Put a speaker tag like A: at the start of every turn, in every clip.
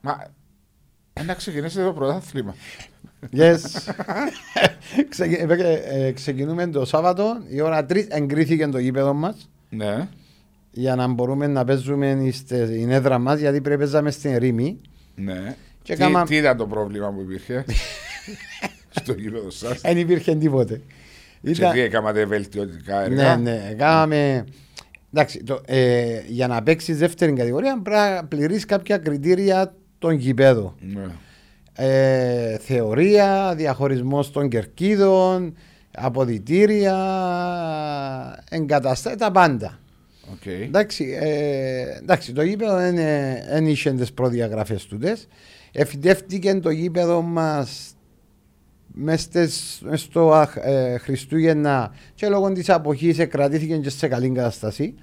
A: Μα να ξεκινήσετε το πρωτάθλημα.
B: Yes. Ξεκι- ε, ε, ε, Ξεκινούμε το Σάββατο. Η ώρα 3 εγκρίθηκε το γήπεδο μας
A: Ναι.
B: για να μπορούμε να παίζουμε στε- στην έδρα μας γιατί πρέπει να παίζαμε στην Ρήμη.
A: ναι.
B: Και
A: Τι,
B: κάμα-
A: τι ήταν το πρόβλημα που υπήρχε στο γήπεδο σας.
B: Δεν υπήρχε τίποτε.
A: Και τι έκανατε βελτιωτικά
B: Ναι,
A: έργα.
B: ναι. Κάναμε. Εντάξει, το, ε, για να παίξεις δεύτερη κατηγορία πρέπει να πληρείς κάποια κριτήρια των γηπέδων.
A: Ναι.
B: Ε, θεωρία, διαχωρισμός των κερκίδων, αποδητήρια, εγκαταστάσει, τα πάντα.
A: Οκ.
B: Εντάξει, ε, εντάξει, το γήπεδο δεν ε, δεν είχε τις προδιαγραφές του. Εφητεύτηκε το γήπεδο μας μέσα στο αχ- ε, Χριστούγεννα και λόγω της αποχής εκκρατήθηκε και σε καλή κατάσταση.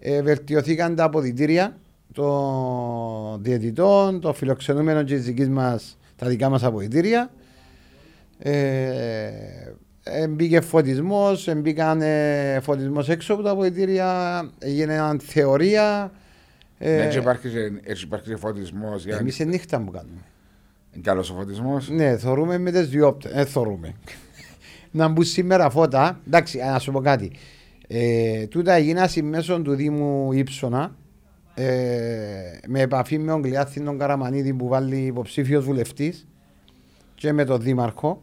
B: Ε, βελτιωθήκαν τα αποδητήρια των διαιτητών, των φιλοξενούμενων και της δικής μας, τα δικά μας αποδητήρια. Ε, ε, μπήκε φωτισμός, ε, μπήκαν ε, φωτισμός έξω από τα αποδητήρια, έγιναν θεωρία. Ε,
A: Ναι, και υπάρχει και- έτσι υπάρχει φωτισμό.
B: εμείς είναι νύχτα που κάνουμε.
A: Καλός ο φωτισμός.
B: Ναι, θωρούμε με τις διόπτες. Ε, θωρούμε. να μπουν σήμερα φώτα. Εντάξει, να σου πω κάτι. Ε, τούτα έγινα συμμέσων του Δήμου Ήψονα ε, με επαφή με τον Κλειάθη τον Καραμανίδη που βάλει υποψήφιος βουλευτής και με τον Δήμαρχο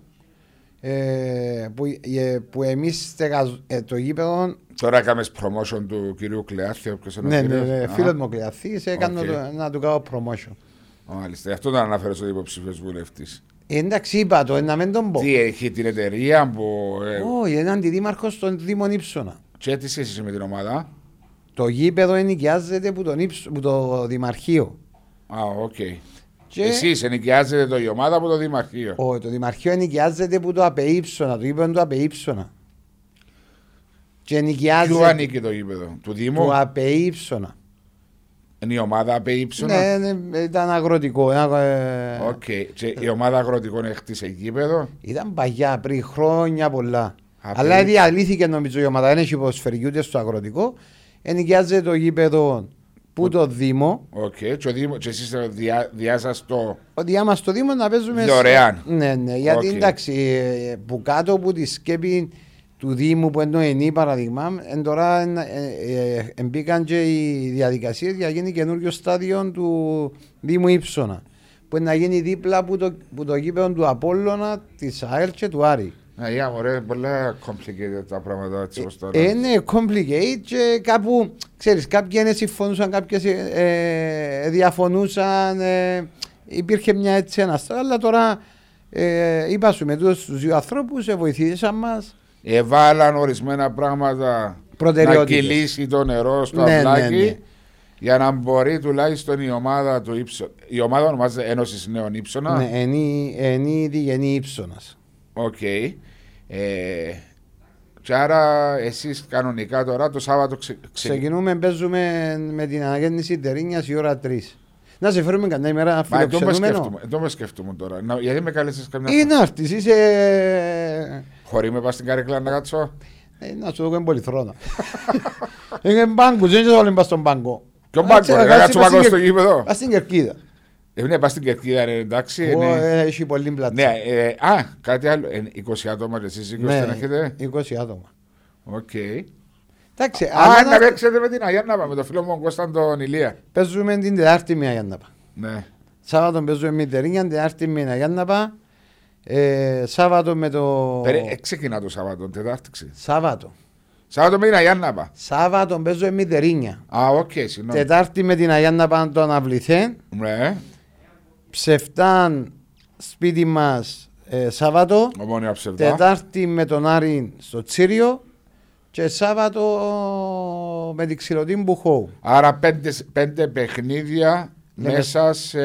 B: ε, που, ε, που εμείς στεγαζ- ε, το γήπεδο
A: Τώρα έκαμες promotion του κυρίου Κλεάθη. όποιος είναι ο
B: ναι, ναι,
A: κύριος.
B: ναι,
A: Α,
B: φίλος μου ο Κλειάθης έκανε
A: Οκ.
B: το- να του κάνω promotion
A: Μάλιστα, γι' αυτό τον αναφέρω στον υποψήφιος βουλευτής.
B: Ε, εντάξει είπα το, ε, να μην τον πω
A: Τι έχει την εταιρεία που. ε,
B: όχι, είναι αντιδήμαρχος στον Δήμο Ήψονα
A: Και τι σχέση είσαι με την ομάδα.
B: Το γήπεδο ενοικιάζεται που, τον Ήψ- που το Δημαρχείο.
A: Α, οκ.
B: Και
A: Εσείς ενοικιάζετε το η ομάδα από το Δημαρχείο.
B: Ο, το Δημαρχείο ενοικιάζεται που το απεύψωνα, το γήπεδο του απεύψωνα. Και
A: Ποιο
B: ενοικιάζεται
A: ανήκει το γήπεδο, του Δήμου.
B: του απεύψωνα.
A: Είναι η ομάδα απ' ύψονα.
B: Ναι, ναι, ήταν αγροτικό. ένα, ε,
A: Οκ. Και η ομάδα αγροτικών έχτισε γήπεδο.
B: Ήταν παγιά, πριν χρόνια πολλά.
A: Απεύ-
B: Αλλά διαλύθηκε νομίζω η ομάδα, δεν έχει υποσφαιρική ούτε στο αγροτικό. Ενοικιάζεται το γήπεδο που το Δήμο.
A: Οκ. Και, ο Δήμο- και εσείς διά, διάσαστο.
B: Ότι άμα στο Δήμο να παίζουμε. σε-
A: Δωρεάν.
B: Ναι, ναι, γιατί
A: Οκ.
B: εντάξει, ε, που κάτω από τη σκέπη του Δήμου που είναι ενή παραδείγμα, εν τώρα εν- ε, ε, ε, μπήκαν και οι διαδικασίες για να γίνει καινούριο στάδιο του Δήμου Ήψονα. Που είναι να γίνει δίπλα από το, που το γήπεδο του Απόλλωνα, της ΑΕΛ και του Άρη.
A: Ναι, για μωρέ, πολλά complicated τα πράγματα έτσι όπω τώρα.
B: Ε, Είναι complicated και κάπου, ξέρεις, κάποιοι είναι συμφωνούσαν, κάποιοι ε, ε, διαφωνούσαν. ε, υπήρχε μια έτσι αναστάση, αλλά τώρα ε, είπα σου με τούτους τους δύο ανθρώπους, ε, βοηθήσαν μας.
A: Εβάλαν ορισμένα πράγματα να
B: Προτεραιότητες.
A: κυλήσει το νερό στο
B: Ναι, ναι,
A: αυλάκι
B: ναι.
A: για να μπορεί τουλάχιστον η ομάδα του ύψο... Η ομάδα ονομάζεται Ένωσης Νέων Ήψονα.
B: Ναι, ενή, ενή διγενή ύψωνας.
A: Οκ. Ε, και άρα εσείς κανονικά τώρα το Σάββατο ξε... ξεκινάτε.
B: Ξεκινούμε, παίζουμε με την αναγέννηση Τερίνιας η ώρα 3. Να σε φέρουμε κανένα ημέρα
A: Μα εδώ μες
B: φιλοξενούμενο.
A: σκεφτούμε, εδώ με σκεφτούμε τώρα. Να, γιατί με κάλεσες καμιά
B: Ή
A: φορά.
B: να έρθεις, είσαι... ε,
A: Χωρί με πας στην καρέκλα να κάτσω.
B: Ε, Να σου δω είναι πολυθρόνα. Είναι μπάγκος, δεν ξέρω όλοι πας στον μπάγκο.
A: Ποιο μπάγκο,
B: Κάτσε,
A: ρε,
B: κάτσε,
A: κάτσω
B: πας στην
A: μπάγκο στο
B: Κερκ-
A: γήπεδο.
B: Πας στην Κερκίδα.
A: Ε, ναι, πας στην κερκίδα, ρε, εντάξει.
B: Ω,
A: είναι-
B: ε, Έχει πολύ
A: Ναι,
B: πλατιά.
A: ε, α, κάτι άλλο. Ε, 20 άτομα και εσείς 20
B: Ναι.
A: δεν έχετε.
B: 20 άτομα.
A: Οκ.
B: Ε, Εντάξει,
A: Α, να
B: αλλά να-
A: παίξετε με την Αγιάννα, με τον φίλο μου τον Κώσταν τον Ηλία.
B: παίζουμε την Τετάρτη με Αγιάνναπα.
A: Ναι.
B: Σάββατο παίζουμε με την Τερίνια, την Τετάρτη με την Αγιάνναπα. Ε, Σάββατο με το...
A: Περί- ε, ξεκινά το Σάββατο, Τετάρτη. ξε.
B: Σάββατο.
A: Σάββατο με την Αγιάννα.
B: Σάββατο παίζουμε με την Τερίνια.
A: Α, οκ, συγγνώμη.
B: Τετάρτη με την Αγιάνναπα τον Αυληθέν.
A: Ναι,
B: Ψεφτάν σπίτι μας ε, Σάββατο.
A: ομόνια ψευδά.
B: Τετάρτη με τον Άρη στο Τσίριο και Σάββατο με την ξυλωτή Μπουχόου.
A: Άρα πέντε, σ- πέντε παιχνίδια
B: Δεκα-
A: μέσα σε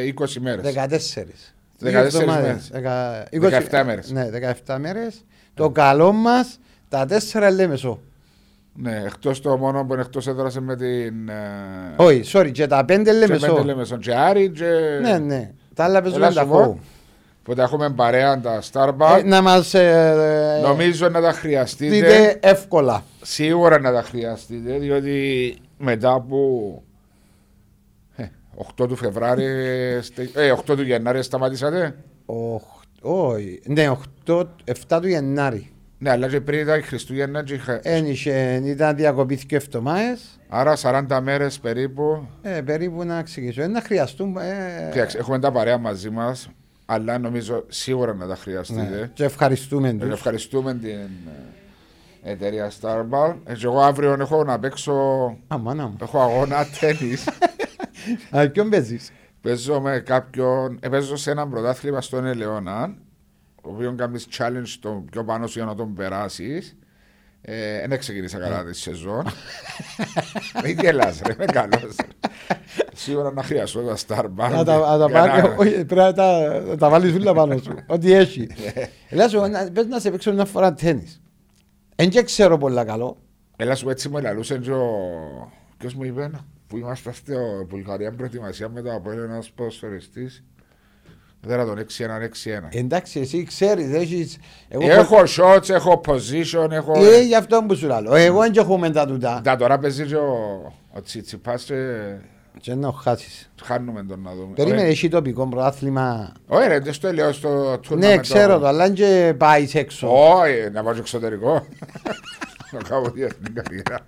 A: 20 μέρες.
B: 14.
A: 14
B: Δύο εβδομάδες.
A: μέρες.
B: Δεκα-
A: 17
B: 20
A: μέρες.
B: Ναι, 17 μέρες. Το καλό μας τα τέσσερα λέμε σο.
A: Ναι, εκτός το μόνο που είναι εκτός έδρασε με την... ε,
B: Όχι, sorry, και τα πέντε
A: και
B: λέμε
A: πέντε
B: σο.
A: λέμε στον Τζάρι και...
B: Ναι, ναι. Τα άλλα
A: Έλα
B: παίζουμε
A: σου
B: τα
A: πω,
B: φόβου.
A: Που τα έχουμε παρέα τα
B: Ε,
A: Starbucks.
B: Να μας ε,
A: Νομίζω να τα
B: δείτε
A: χρειαστείτε.
B: εύκολα.
A: Σίγουρα να τα χρειαστείτε, διότι μετά που. Ε, 8 του Φεβράρι, στε- ε, 8 του Γενάρη σταματήσατε.
B: Οχ- Όχι, ναι, 8, 7 του Γενάρη.
A: Ναι, αλλά και πριν ήταν η Χριστούγεννα. Και είχα...
B: Ένιχε, ήταν διακοπήθηκε εβδομάδες,
A: Άρα 40 μέρες περίπου.
B: ε, περίπου να ξεκινήσω. Ε, να χρειαστούν. Ε,
A: Κοιτάξτε, έχουμε τα παρέα μαζί μας, αλλά νομίζω σίγουρα να τα
B: ναι.
A: χρειαστείτε.
B: Και ευχαριστούμε
A: Ε,
B: τους.
A: Ευχαριστούμε την ε, εταιρεία Starbar. Ε, και εγώ αύριο έχω να παίξω.
B: Αμάνα μου.
A: Έχω αγώνα τέννη. Ε.
B: Α, ποιον παίζεις.
A: παίζω με κάποιον. ε, παίζω σε ένα πρωτάθλημα στον Ελαιώνα, ο οποίο κάνεις challenge τον πιο πάνω σου για να τον περάσεις. Ε, δεν ξεκίνησα καλά τη σεζόν. Μην γελάς ρε, είμαι καλός. Σίγουρα να χρειαστώ τα Starbar.
B: Να τα, να τα
A: Ε,
B: πάρει, όχι, πρέπει να τα, να τα βάλεις όλα πάνω σου. Ό,τι έχει. Ελάσσο, πες να σε παίξω μια φορά τέννις. Εν και ξέρω πολλά καλό.
A: Έλα σου έτσι με λαλούσε και ο... Ποιος μου είπε που ήμασταν στο Βουλγαρία προετοιμασία με το Απόλλωνα ένας ποδοσφαιριστής. Δεν θα τον 6-1-6-1.
B: Εντάξει, εσύ ξέρεις, έχεις... Ε, εγώ έχω-
A: Έχω shots, έχω position, έχω...
B: Ε, γι' αυτό που σου λέω. Εγώ δεν έχω μετά τούτα.
A: Τα τώρα παίζει και ο, ο Τσιτσιπάς και
B: Και να χάσεις.
A: Ε. χάνουμε τον να δούμε.
B: Περίμενε,
A: Ωραία.
B: έχει τοπικό πρωτάθλημα.
A: Όχι ρε, δεν στο λέω στο tournament.
B: Ναι, ξέρω το, αλλά και πάει έξω.
A: Όχι, να πάω στο εξωτερικό. Να κάνω διεθνή καριέρα.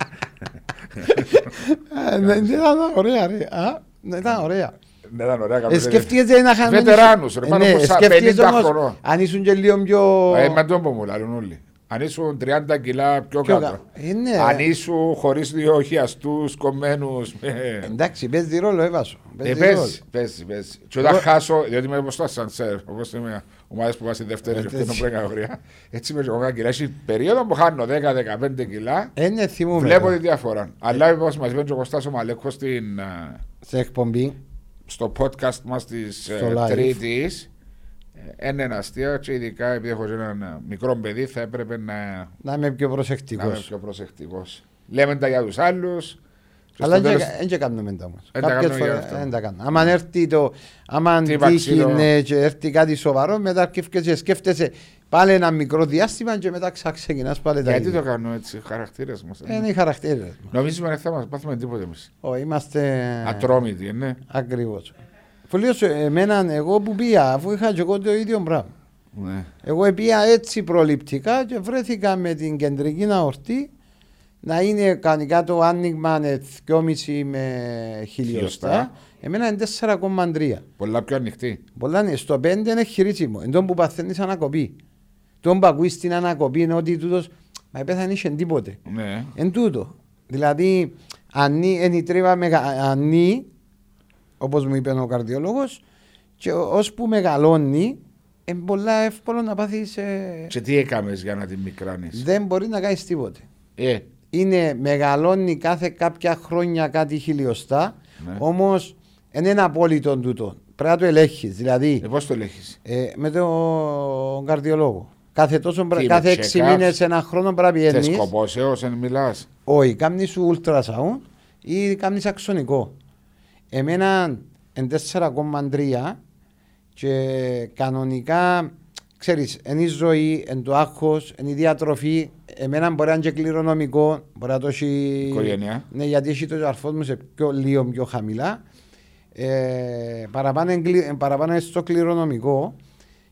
B: Ε, ναι, ναι, Ήταν ωραία, ρε. Α, ναι, Ήταν ωραία.
A: Ναι, ήταν ωραία
B: Ε,
A: καμία
B: Σκεφτείσαι να είχαν...
A: Βετεράνους, ρε,
B: Ε,
A: πάνω
B: ναι,
A: από σα-
B: σκεφτείσαι
A: 50
B: όμως,
A: χρονών.
B: Αν ήσουν και λίγο πιο...
A: Ε, με τον που μου λαλούν όλοι. Αν ήσουν 30 κιλά πιο,
B: Πιο
A: κάτω.
B: κα- Ε, ναι.
A: Αν ήσουν χωρίς δύο χιαστού κομμένους. Ε,
B: Εντάξει, παίζει ρόλο, έβασο. Παίζει ρόλο.
A: παίζει, παίζει, παίζει. Και όταν
B: Ε, Εγώ-
A: χάσω, διότι είμαι μπροστά σαν σερ, όπως είμαι ομάδες που πάνε στη δεύτερη
B: Ε,
A: και φτύνω
B: έτσι.
A: πριν καγορία. Έτσι είμαι και εγώ κιλά. Έχει περίοδο που χάνω 10-15 κιλά.
B: Ε, ναι, θυμούμαι.
A: Βλέπω τη
B: το.
A: διαφορά. Αλλά όπως μας είπε και ο Κωστάσο Μαλέκος στην, ε,
B: Σε εκπομπή.
A: στο podcast ε, μας της
B: Στο live.
A: Τρίτης. Ε, Ένα αστείο και ειδικά επειδή έχω και ένα μικρό παιδί θα έπρεπε να
B: Να είμαι πιο
A: Να είμαι
B: προσεκτικός.
A: πιο προσεκτικός. Λέμε τα για τους άλλους.
B: Αλλά δεν και κάνουμε τα όμως.
A: Εν τα
B: Κάποιες
A: κάνουμε για
B: φορές
A: αυτό.
B: δεν τα κάνουμε. Άμα έρθει το... Άμα
A: Τι
B: τύχει
A: βαξίλο.
B: ναι, και έρθει κάτι σοβαρό, μετά και σκέφτεσαι πάλι ένα μικρό διάστημα και μετά ξαξεκινάς πάλι ε, τα
A: Γιατί
B: ίδια.
A: το κάνουμε έτσι, χαρακτήρες μας.
B: Ε, Είναι οι χαρακτήρες μας.
A: Νομίζουμε ότι θα μας πάθουμε τίποτα εμείς.
B: Ω, Είμαστε...
A: Ατρόμητοι, ναι.
B: Ακριβώς. Φουλίως, εμένα, εγώ που πήγα, αφού είχα και εγώ το ίδιο πράγμα.
A: Ναι.
B: Εγώ πήγα έτσι προληπτικά και βρέθηκα με την κεντρική αορτή να είναι κανονικά το άνοιγμα είναι 2,5 με χιλιοστά.
A: Χιλιοστά.
B: Εμένα είναι 4,3.
A: Πολλά πιο ανοιχτή.
B: Πολλά είναι. Στο 5 είναι χειρίσιμο. Εν τόν που παθαίνεις ανακοπή. Τον που ακούεις την ανακοπή είναι ότι τούτος μα επέθανε είχε τίποτε.
A: Ναι.
B: Εν τούτο. Δηλαδή, ανή, εν η τρίβα μεγα, ανή, όπως μου είπε ο καρδιολόγος, και ως που μεγαλώνει, είναι πολλά εύκολο να πάθεις... ε,
A: Και τι έκαμες για να την μικράνεις.
B: δεν μπορεί να κάνεις τίποτε.
A: Ε,
B: Είναι, μεγαλώνει κάθε κάποια χρόνια κάτι χιλιοστά,
A: Ναι.
B: όμως είναι ένα απόλυτο τούτο. Πρέπει να το ελέγχεις, δηλαδή
A: ε πώς το λέγει.
B: ε, με τον καρδιολόγο. Κάθε, τόσο, πρέ-
A: Τι
B: κάθε
A: είναι,
B: έξι
A: check-ups?
B: μήνες, ένα χρόνο πρέπει να
A: Θε
B: πηγαίνεις.
A: κοπόσεω, εν μιλάς.
B: Όχι, κάμνη σου ultrasound ή κάμνη αξονικό. Εμένα εν 4,3 και κανονικά, ξέρεις, εν η ζωή, εν το άγχος, εν η διατροφή, εμένα μπορεί να είναι και κληρονομικό, μπορεί να το έχει...
A: Οικογένεια.
B: Ναι, γιατί έχει το αρφό μου σε πιο λίγο πιο χαμηλά. Ε, παραπάνω, εν κλει- εν παραπάνω είναι στο κληρονομικό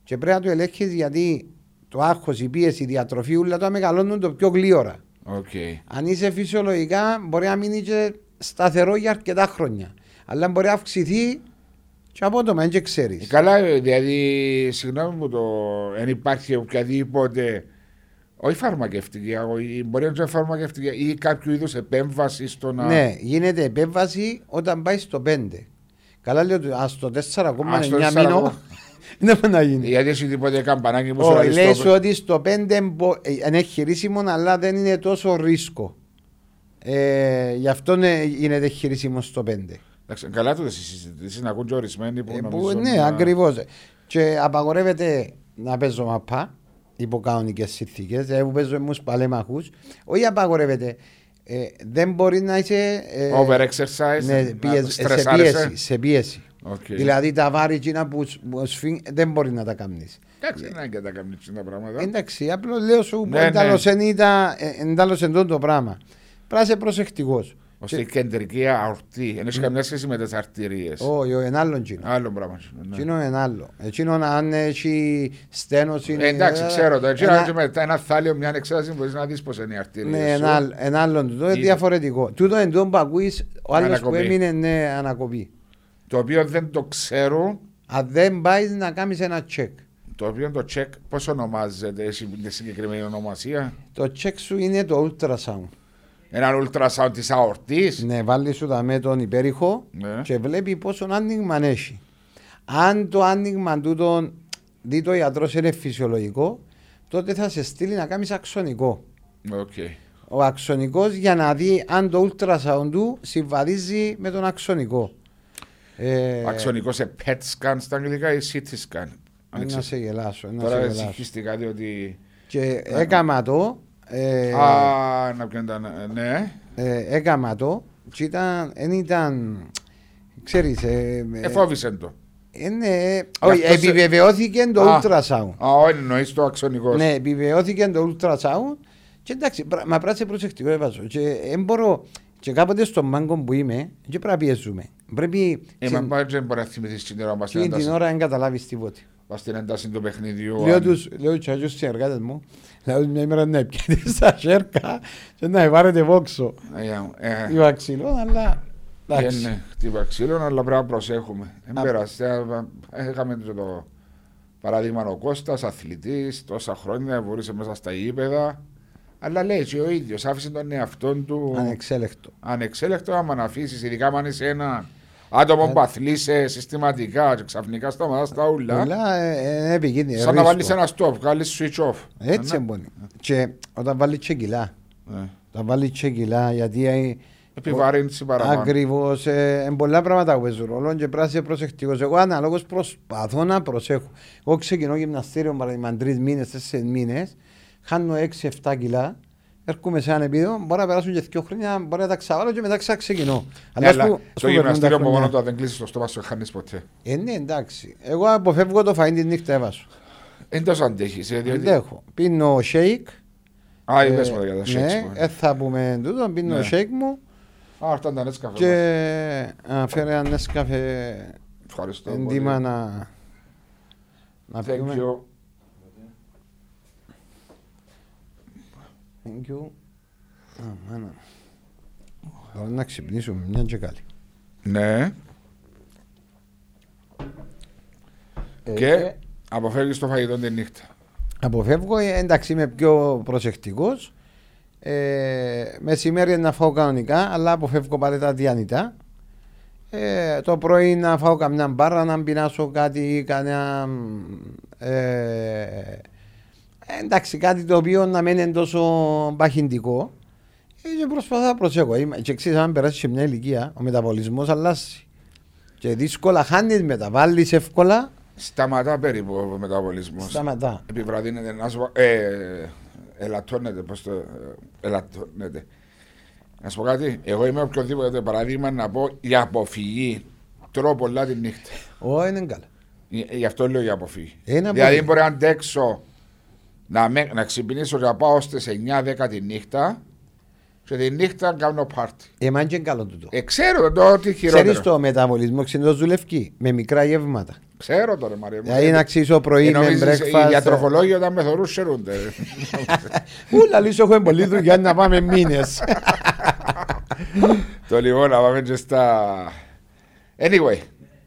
B: και πρέπει να το ελέγχεις γιατί το άγχος, η πίεση, η διατροφή, όλα τα μεγαλώνουν το πιο γλύωρα.
A: Οκ.
B: Αν είσαι φυσιολογικά, μπορεί να μείνει και σταθερό για αρκετά χρόνια. Αλλά μπορεί να αυξηθεί και απότομα, δεν
A: Ε,
B: ξέρεις.
A: Καλά, ε, δηλαδή, συγγνώμη μου, το, εν υπάρχει οποιαδήποτε. Όχι φαρμακευτική αγωγή, μπορεί να είναι φαρμακευτική ή κάποιο είδους επέμβαση στο να.
B: Ναι, γίνεται επέμβαση όταν πάει στο 5. Καλά λέω, του, ας το 4,9
A: Ας το 4,9.
B: μήνο, δεν μπορεί να γίνει.
A: Γιατί έχει τίποτε καμπανάκι που σου
B: Όχι, λέει σου
A: αριστό.
B: ότι στο 5 μπο- ε, είναι χειρίσιμο, αλλά δεν είναι τόσο ρίσκο. Ε, γι' αυτό ναι, γίνεται χειρίσιμο στο 5.
A: Εντάξει, Καλά τότε συζητήσει να ακούν και ορισμένοι που
B: Ε, που-
A: νομίζουν.
B: ναι,
A: να-
B: ακριβώς. Και απαγορεύεται να παίζω μαπά υπό κανονικές συνθήκες. Δηλαδή, που παίζω μου παλέμαχους. Όχι απαγορεύεται. Ε, δεν μπορεί να είσαι. ε,
A: Over exercise.
B: ναι,
A: να
B: πιεσ- σε
A: στρεσάρεσαι.
B: πίεση. Σε πίεση.
A: Οκ.
B: Δηλαδή τα βάρη εκείνα που σ- που σφίγγ- δεν μπορεί να τα κάνει. Ναι.
A: Εντάξει, δεν είναι και τα καμνίτσινα τα πράγματα.
B: Εντάξει, απλώς λέω σου
A: Ναι,
B: ναι,
A: ναι.
B: εντάλλωσε ναι. εντάλλωσε το πράγμα. Πρέπει να είσαι προσεκτικός.
A: Ώστε η κεντρική αορτή. Δεν έχεις
B: Ναι.
A: καμιά σχέση με τις αρτηρίες.
B: Όχι, όχι, ένα άλλο τζίνο.
A: Άλλο πράγμα. σου, ναι.
B: Τζίνο είναι ένα άλλο. Εκείνο αν έχει στένος είναι...
A: Ε, Εντάξει, ξέρω το. Έτσι,
B: Ένα-
A: και μετά ένα θάλιο, μια εξέταση μπορείς να δεις πώς είναι η αρτηρία.
B: Ναι, ένα, άλλο- ένα άλλο τούτο, είναι
A: Είδα.
B: διαφορετικό. Τούτο εν τόν που ακούεις, ο άλλος που
A: Ανακοπή.
B: έμεινε, ναι, ανακοπή.
A: Το οποίο δεν το ξέρουν.
B: Αν δεν πάει να κάνεις ένα τσεκ.
A: Το οποίο το τσεκ, πώς ονομάζεται, έχει μια συγκεκριμένη ονομασία.
B: Το τσεκ σου είναι το ultrasound.
A: Ένα ultrasound της αορτής.
B: Ναι, βάλει σου τα με τον υπέρηχο
A: Ναι.
B: και βλέπει πόσο άνοιγμα έχει. Αν το άνοιγμα τούτο δει το ιατρό είναι φυσιολογικό, τότε θα σε στείλει να κάνεις αξονικό.
A: Οκ.
B: Ε, Ο αξονικός για να δει αν το ultrasound του συμβαδίζει με τον αξονικό. Ε,
A: Αξονικό σε PET scan στα αγγλικά ή CT scan. Αν
B: Να
A: εξηγήσω.
B: σε γελάσω. Να σε
A: Τώρα
B: γελάσω.
A: συγχύστηκα διότι.
B: Και έκαμα το. ε,
A: ναι. Α, να πιάντα. Ναι.
B: ε, έκαμα το. Και ήταν, εν ήταν, ξέρεις, ε, ε,
A: Εφόβησε το.
B: Ε, ναι, όχι,
A: αυτός σε-
B: επιβεβαιώθηκε το
A: Α.
B: ultrasound.
A: Α, όχι, εννοείς το αξονικό.
B: Ναι, επιβεβαιώθηκε το ultrasound. Και εντάξει, πρα- μα πρέπει να είσαι προσεκτικό, έβαζω. Και δεν μπορώ, και κάποτε στον μάγκο που είμαι, και πρέπει να πιέζουμε. Πρέπει
A: Ε,
B: στην-
A: μα πάει, δεν μπορεί να θυμηθείς την ώρα μα
B: στην την ώρα να καταλάβεις τίποτα.
A: στην ένταση του παιχνιδιού.
B: Λέω
A: αν-
B: τους, λέω τους αγιούς συνεργάτες μου, λέω τους μια μέρα να πιέτε στα σέρκα και να βάρετε βόξο.
A: Ε, ε,
B: Ή βαξιλών, αλλά εντάξει.
A: Είναι χτύπα ξύλων, αλλά πρέπει να προσέχουμε. Δεν
B: Α.
A: πέρασε. Ε, Είχαμε το, το παράδειγμα ο Κώστας, αθλητής, τόσα χρόνια βουρήσε μέσα στα γήπεδα. Αλλά λέει και ο ίδιος, άφησε τον εαυτό του
B: Ανεξέλεκτο.
A: ανεξέλεκτο. Άμα να αφήσεις, ειδικά αν είσαι ένα άτομο
B: Ε.
A: που αθλείσαι συστηματικά και ξαφνικά σταματά τα ούλα.
B: Πολλά ε, ε, επικίνδυνα.
A: Σαν να
B: ρίσκο.
A: βάλεις ένα stop, βγάλει switch off. Ναι.
B: Έτσι μπορεί. Και όταν βάλεις τσεκιλά,
A: Ε,
B: όταν βάλεις τσεκιλά, γιατί ε,
A: Επιβάρυνση παραπάνω.
B: Ακριβώς. Ε, εν πολλά πράγματα που παίζουν ρόλο και πρέπει να είσαι προσεκτικός. Εγώ αναλόγως προσπαθώ να προσέχω. Εγώ ξεκινώ γυμναστήριο παράδειγμα τρει μήνες, τέσσερις μήνες, χάνω 6-7 κιλά, έρχομαι σε ένα επίπεδο, μπορεί να περάσουν και δύο χρόνια, μπορεί να τα ξαβάλω και μετά ξαξεκινώ.
A: Ναι, αλλά
B: ας πούμε- ας
A: το
B: πούμε
A: γυμναστήριο
B: 50
A: από
B: χρόνια.
A: μόνο του, αν δεν κλείσει το στόμα σου, χάνεις ποτέ.
B: Ε, ναι, εντάξει. Εγώ αποφεύγω το φαΐν τη νύχτα, έβασο.
A: Δεν τόσο αντέχεις.
B: Αντέχω. Πίνω shake.
A: Α,
B: ε,
A: είπες μου τα για τα shakes
B: ναι,
A: που
B: ε,
A: είναι.
B: θα πούμε τούτο, πίνω
A: Ναι.
B: shake μου
A: Α, αυτά ήταν έτσι καφέ.
B: και
A: μας.
B: α, φέρε ένα νεσκαφέ
A: Ευχαριστώ πολύ.
B: εντύμα να, να
A: Thank
B: πιούμε.
A: you.
B: Thank you. Αμάνα. Τώρα να ξυπνήσουμε μια και καλή.
A: Ναι. Ε, Και αποφεύγεις το φαγητό τη νύχτα.
B: Αποφεύγω, ε, εντάξει είμαι πιο προσεκτικός. Ε, μεσημέρι να φάω κανονικά, αλλά αποφεύγω πάλι τα διανυτά. Ε, το πρωί να φάω καμιά μπάρα, να πεινάσω κάτι ή κανένα... Ε, εντάξει, κάτι το οποίο να μην είναι τόσο παχυντικό. Ε, και προσπαθώ να προσέχω. Είμαι- Και ξέρεις, αν περάσει σε μια ηλικία, ο μεταβολισμός αλλάζει. Και δύσκολα χάνεις μεταβάλλεις εύκολα,
A: Σταματά περίπου ο μεταβολισμός.
B: σταματά.
A: Επιβραδύνεται να σου πω- Ε, ελαττώνεται, πώς το... ε, Ελαττώνεται. Να σου πω κάτι. Εγώ είμαι οποιοδήποτε παράδειγμα να πω για αποφυγή. Τρώω πολλά τη νύχτα.
B: Ω, είναι καλά.
A: Ε, Γι' αυτό λέω για αποφύγει.
B: Είναι
A: δηλαδή
B: αποφύγει.
A: μπορεί να αντέξω να, με, να ξυπνήσω και να πάω στις 9-10 τη νύχτα και τη νύχτα κάνω πάρτι.
B: Εμάν και είναι καλό τούτο.
A: Ε, ξέρω το ότι χειρότερο.
B: Ξέρεις το μεταβολισμό ξενός δουλευκή με μικρά γεύματα.
A: Ξέρω το ρε Μαρία. μου.
B: Δηλαδή να ξύσω πρωί
A: Ε,
B: με
A: νομίζεις, Οι
B: breakfast.
A: διατροφολόγοι όταν με θωρούν σερούνται. ρε.
B: Ούλα λύσω έχουμε πολλή δουλειά να πάμε μήνες.
A: το λοιπόν να πάμε και στα... Anyway,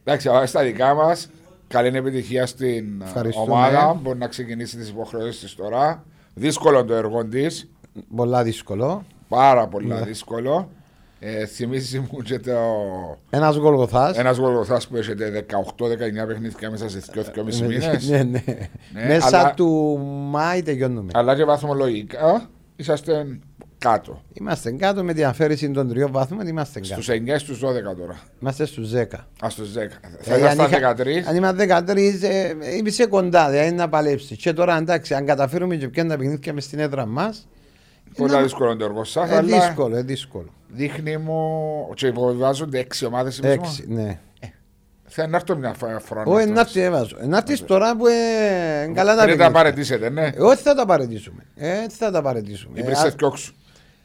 A: εντάξει, πάμε στα δικά μας. Καλή επιτυχία στην ε,
B: Ευχαριστούμε.
A: ομάδα. Μπορεί να ξεκινήσει τις υποχρεώσεις της τώρα. Δύσκολο το έργο της.
B: Πολλά δύσκολο.
A: Πάρα πολύ
B: Ναι.
A: δύσκολο. Ε, θυμίζει μου και το...
B: Ένας γολγοθάς.
A: Ένα γολγοθάς που έχετε 18-19 παιχνίδια μέσα σε 2-2,5 μήνες.
B: Ναι, ναι.
A: Ναι,
B: Μέσα
A: αλλά-
B: του Μάη τελειώνουμε.
A: Αλλά και βαθμολογικά είσαστε κάτω.
B: Είμαστε κάτω με την αφαίρεση των τριών βαθμών, είμαστε κάτω.
A: Στους 9 στου 12 τώρα.
B: Είμαστε στους 10.
A: Α, στους 10. Θα
B: Δηλαδή,
A: ήταν
B: αν είχα-
A: στα 13.
B: Αν είμαστε 13, ε, είσαι κοντά, δηλαδή να παλέψεις. Και τώρα εντάξει, αν καταφέρουμε και πιάντα παιχνίδια μες στην έδρα μας,
A: Πολύ
B: είναι-
A: δύσκολο το έργο σας.
B: ε,
A: Αλλά
B: δύσκολο, ε, δύσκολο.
A: δείχνει μου. Και υποβιβάζονται 6 ομάδες
B: Έξι, ε, ναι.
A: Θα να έρθω μια φο- φορά.
B: Όχι, ενάρτη έβαζω. Ενάρτη τώρα που ε, καλά τα
A: Δεν τα
B: παιχνίδια.
A: παρετήσετε, ναι.
B: Ε, Όχι, θα τα παρετήσουμε. Ε, θα τα παρετήσουμε.
A: Η
B: Ε,
A: Μπρίσελ Κιόξου.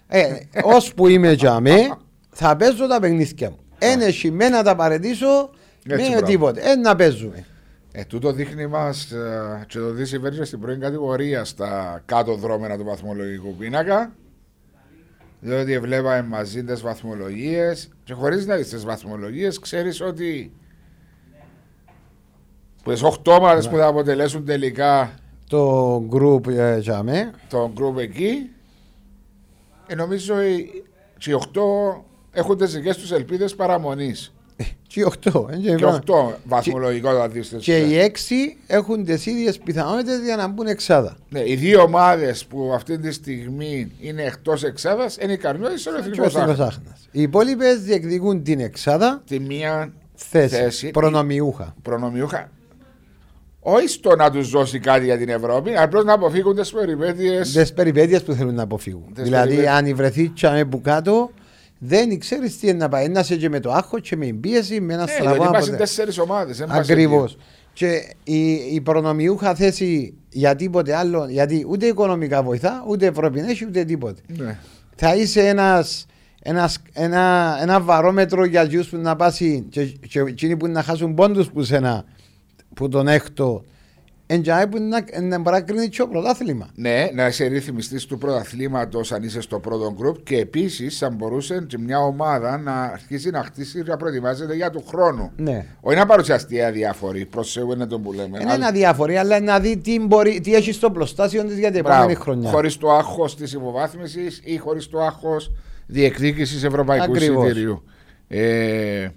B: α- ε, ως που είμαι για με, θα παίζω τα παιχνίδια μου. Ένα μένα τα παρετήσω,
A: Ναι. Έτσι,
B: με
A: μπράβο.
B: τίποτε. Ε, να παίζουμε.
A: Ε, τούτο δείχνει μας και το τι συμβαίνει και στην πρώην κατηγορία στα κάτω δρόμενα του βαθμολογικού πίνακα. Διότι βλέπαμε μαζί τις βαθμολογίες και χωρίς να είσαι τις βαθμολογίες, ξέρεις ότι. που τις 8 ομάδε
B: Ναι.
A: που θα αποτελέσουν τελικά
B: Το group ε, για μέ.
A: τον γκρουπ εκεί, ε, νομίζω οι, και οι 8 έχουν τις δικές τους ελπίδες παραμονής.
B: Και οι 8. ε,
A: Και ναι.
B: είπα-
A: 8 βαθμολογικό αντίστοιχο.
B: και οι 6 έχουν τις ίδιες πιθανότητες για να μπουν εξάδα.
A: Ναι, οι δύο ομάδες που αυτή τη στιγμή είναι εκτός εξάδας είναι η Καρμιώδη και ο
B: Και ο
A: Εθνικός
B: Εθνικός
A: Άγχος.
B: Άχνας. Οι υπόλοιπες διεκδικούν την εξάδα
A: Τη μία
B: θέση,
A: Θέση.
B: προνομιούχα.
A: προνομιούχα. Όχι στο να τους δώσει κάτι για την Ευρώπη, απλώς να αποφύγουν τις περιπέτειες.
B: Τις περιπέτειες που θέλουν να αποφύγουν.
A: Τις
B: δηλαδή,
A: περιπέτειες.
B: αν η βρεθεί τσάμε που κάτω, δεν ξέρεις τι είναι να πάει. Να είσαι και με το άγχος και με την πίεση,
A: Ε, Ναι,
B: με ένα στραβό.
A: Είμαστε
B: αποτέλεσμα.
A: τέσσερις ομάδες.
B: Ακριβώ. Και η, η προνομιούχα θέση για τίποτε άλλο, γιατί ούτε οικονομικά βοηθά, ούτε Ευρώπη έχει, ούτε τίποτε.
A: Ναι.
B: Θα είσαι ένας, ένας, ένα, ένα βαρόμετρο για γιους που να πάσει και, και εκείνοι που να χάσουν πόντους που σένα, που τον έκτο, εν τζάι που να, να παρακρίνει και το πρωτάθλημα.
A: ναι, να είσαι ρυθμιστής του πρωταθλήματος αν είσαι στο πρώτο γκρουπ και επίσης θα μπορούσε και μια ομάδα να αρχίσει να χτίσει να προετοιμάζεται για του χρόνου.
B: Ναι.
A: Όχι να παρουσιαστεί αδιάφορη, προσέχουν να τον που λέμε.
B: Είναι ένα διάφορο, αλλά να δει τι, μπορεί, τι έχει στο πλωστάσιο της για την επόμενη χρονιά.
A: Χωρίς το άγχος της υποβάθμισης ή χωρίς το άγχος διεκδίκησης Ευρωπαϊκού
B: Ακριβώς.
A: Συντηρίου. Ε,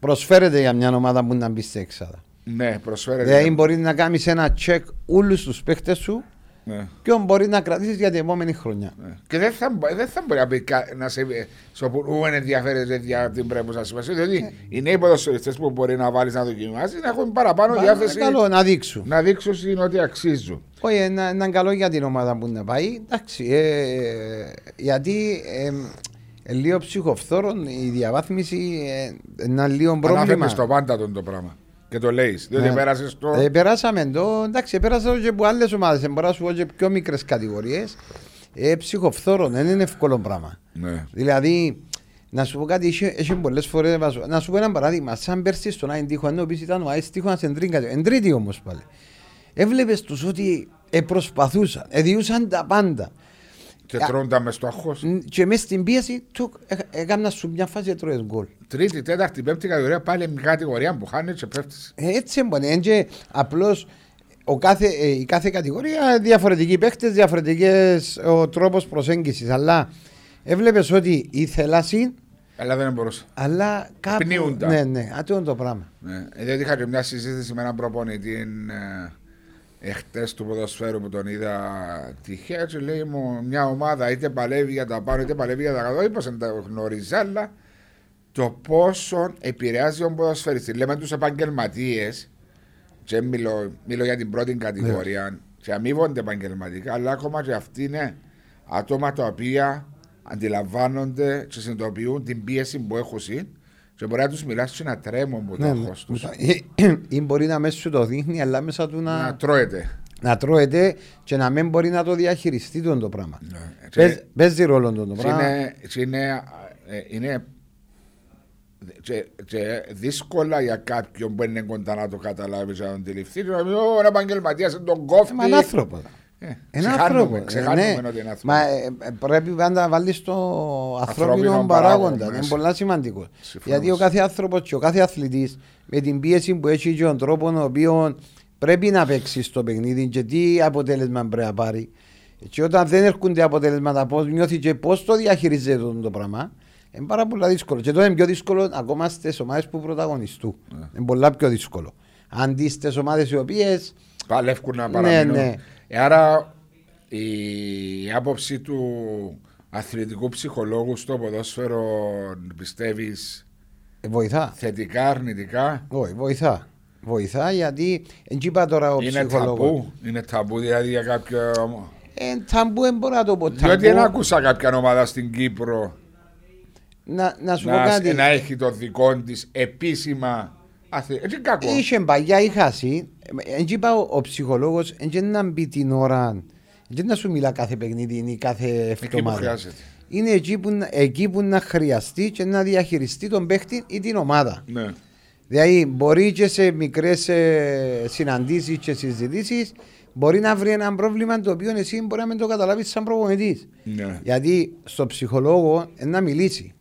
B: Προσφέρεται για μια ομάδα που να μπει στη εξάδα.
A: ναι, προσφέρεται.
B: Δηλαδή μπορείς να κάνεις ένα check όλους τους παίχτες σου
A: Ναι,
B: και μπορείς να κρατήσεις για την επόμενη χρονιά.
A: ναι. Και δεν θα, μπο- δεν θα μπορεί να, πει, κα- να σε σοπουρούν ενδιαφέρεται για την πρέπουσα σημασία.
B: Ναι.
A: Διότι οι νέοι ποδοσφαιριστές που μπορεί να βάλεις να δοκιμάσεις να έχουν παραπάνω διάθεση
B: Καλό να δείξουν.
A: να δείξουν ότι αξίζουν.
B: Όχι, ένα, έναν καλό για την ομάδα που να πάει. Εντάξει, ε, γιατί ε, ε, λίγο ψυχοφθόρων η διαβάθμιση ε, ένα λίγο πρόβλημα.
A: Αναφέρει το πάντα τον το πράγμα. Και το λέεις. Διότι
B: Ναι.
A: πέρασες το.
B: Ε, περάσαμε το, εντάξει, πέρασα το και από άλλες ομάδες. Ε, μπορώ να σου πω και πιο μικρές κατηγορίες. Ε, ψυχοφθόρων, δεν είναι εύκολο πράγμα.
A: Ναι.
B: Δηλαδή, να σου πω κάτι, είχε, είχε πολλές φορές. Να σου πω ένα παράδειγμα. Σαν πέρσι στον Άιν Τείχο, ενώ επίσης ήταν ο Άιν Τείχο, ένα εντρίνκα. Εν τρίτη όμως πάλι. Έβλεπες τους ότι ε, προσπαθούσαν, εδιούσαν τα πάντα.
A: Και
B: Α.
A: τρώντα μες στο άγχο.
B: Ν- Και μέσα στην πίεση, του έκανα σου μια φάση τρώε γκολ.
A: Τρίτη, τέταρτη, πέμπτη κατηγορία πάλι μια κατηγορία που χάνει και πέφτεις.
B: Ε, Έτσι μπορεί. Εν και απλώς ο κάθε, ε, η κάθε κατηγορία διαφορετικοί παίχτε, διαφορετικές ο τρόπος προσέγγισης. Αλλά έβλεπες ότι ήθελα συν,
A: Αλλά δεν μπορούσα.
B: αλλά κάπου.
A: Πνίουν τα.
B: Ναι, ναι, αυτό είναι το πράγμα.
A: Ναι. Ε, Διότι είχα και μια συζήτηση με έναν προπονητή ε, εχθές του ποδοσφαίρου που τον είδα τυχαία. Και λέει μου μια ομάδα είτε παλεύει για τα πάνω είτε παλεύει για τα κάτω. Είπα δεν τα γνωρίζει, αλλά το πόσο επηρεάζει ο ποδοσφαιριστής. Λέμε τους επαγγελματίες, και μιλώ, μιλώ για την πρώτη κατηγορία,
B: Ναι.
A: και αμείβονται επαγγελματικά, αλλά ακόμα και αυτοί είναι άτομα τα οποία αντιλαμβάνονται και συνειδητοποιούν την πίεση που έχουν και μπορεί να τους μιλάς και να τρέμουν που το
B: Ναι, ναι.
A: άγχος τους.
B: Ή μπορεί να μέσα σου το δείχνει, αλλά μέσα του
A: να
B: να,
A: τρώεται.
B: να τρώεται και να μην μπορεί να το διαχειριστεί τον το πράγμα.
A: Ναι, Και
B: Παίζ- Παίζει ρόλο τον το
A: και
B: πράγμα.
A: είναι, και είναι, ε, είναι και, και δύσκολα για κάποιον που είναι κοντά να το καταλάβει, να το αντιληφθεί. Και να πει, «Ω, ένα επαγγελματία είναι τον κόφτη.
B: Μα είναι άνθρωπο.
A: Ε,
B: Ένα
A: ξεχάνουμε,
B: άνθρωπο.
A: ξεχάνουμε
B: ναι.
A: ότι είναι άνθρωπο.
B: Μα ε, ε, πρέπει πάντα να βάλεις το ανθρώπινο
A: Ανθρώπινο
B: παράγοντα.
A: παράγοντα,
B: Είναι
A: έτσι.
B: πολύ σημαντικό.
A: Συμφωνώ
B: Γιατί ο
A: μαζί.
B: κάθε άνθρωπος και ο κάθε αθλητής με την πίεση που έχει και τον τρόπο τον οποίο πρέπει να παίξει στο παιχνίδι και τι αποτέλεσμα πρέπει να πάρει. Και όταν δεν έρχονται αποτελέσματα, πώς νιώθει και πώς το διαχειρίζεται αυτό το πράγμα, είναι πάρα πολύ δύσκολο. Και τώρα είναι πιο δύσκολο ακόμα στις ομάδες που πρωταγωνιστούν.
A: Ναι.
B: Είναι πολλά πιο δύσκολο. Αντί στις ομάδες οι οποίες.
A: Παλεύκουν να
B: Ναι,
A: παραμείνουν.
B: ναι.
A: Ε, Άρα η άποψη του αθλητικού ψυχολόγου στο ποδόσφαιρο πιστεύεις
B: ε, Βοηθά.
A: θετικά, αρνητικά.
B: Όχι, βοηθά. Βοηθά γιατί δεν είπα τώρα ο
A: Είναι
B: ψυχολόγος.
A: ταμπού. Είναι ταμπού δηλαδή για κάποιο.
B: Ε, ταμπού δεν μπορώ να το πω.
A: Διότι
B: ταμπού.
A: δεν άκουσα κάποια ομάδα στην Κύπρο
B: να, να σου πω
A: να,
B: κάτι.
A: να έχει το δικό της επίσημα. αθλη- Έτσι κακό.
B: Ε, Είχε παγιά η χάση. Εν τζ είπα ο, ο ψυχολόγος εν τζ να μπει την ώρα Δεν να σου μιλά κάθε παιχνίδι ή κάθε
A: Εκεί που
B: εβδομάδα.
A: χρειάζεται.
B: Είναι εκεί που, να- εκεί που να χρειαστεί και να διαχειριστεί τον παίχτη ή την ομάδα.
A: Ναι.
B: Δηλαδή, μπορεί και σε μικρές ε, συναντήσεις και συζητήσεις, μπορεί να βρει ένα πρόβλημα το οποίο εσύ μπορεί να μην το καταλάβεις σαν προπονητής.
A: Ναι.
B: Γιατί στο ψυχολόγο ε, να μιλήσει,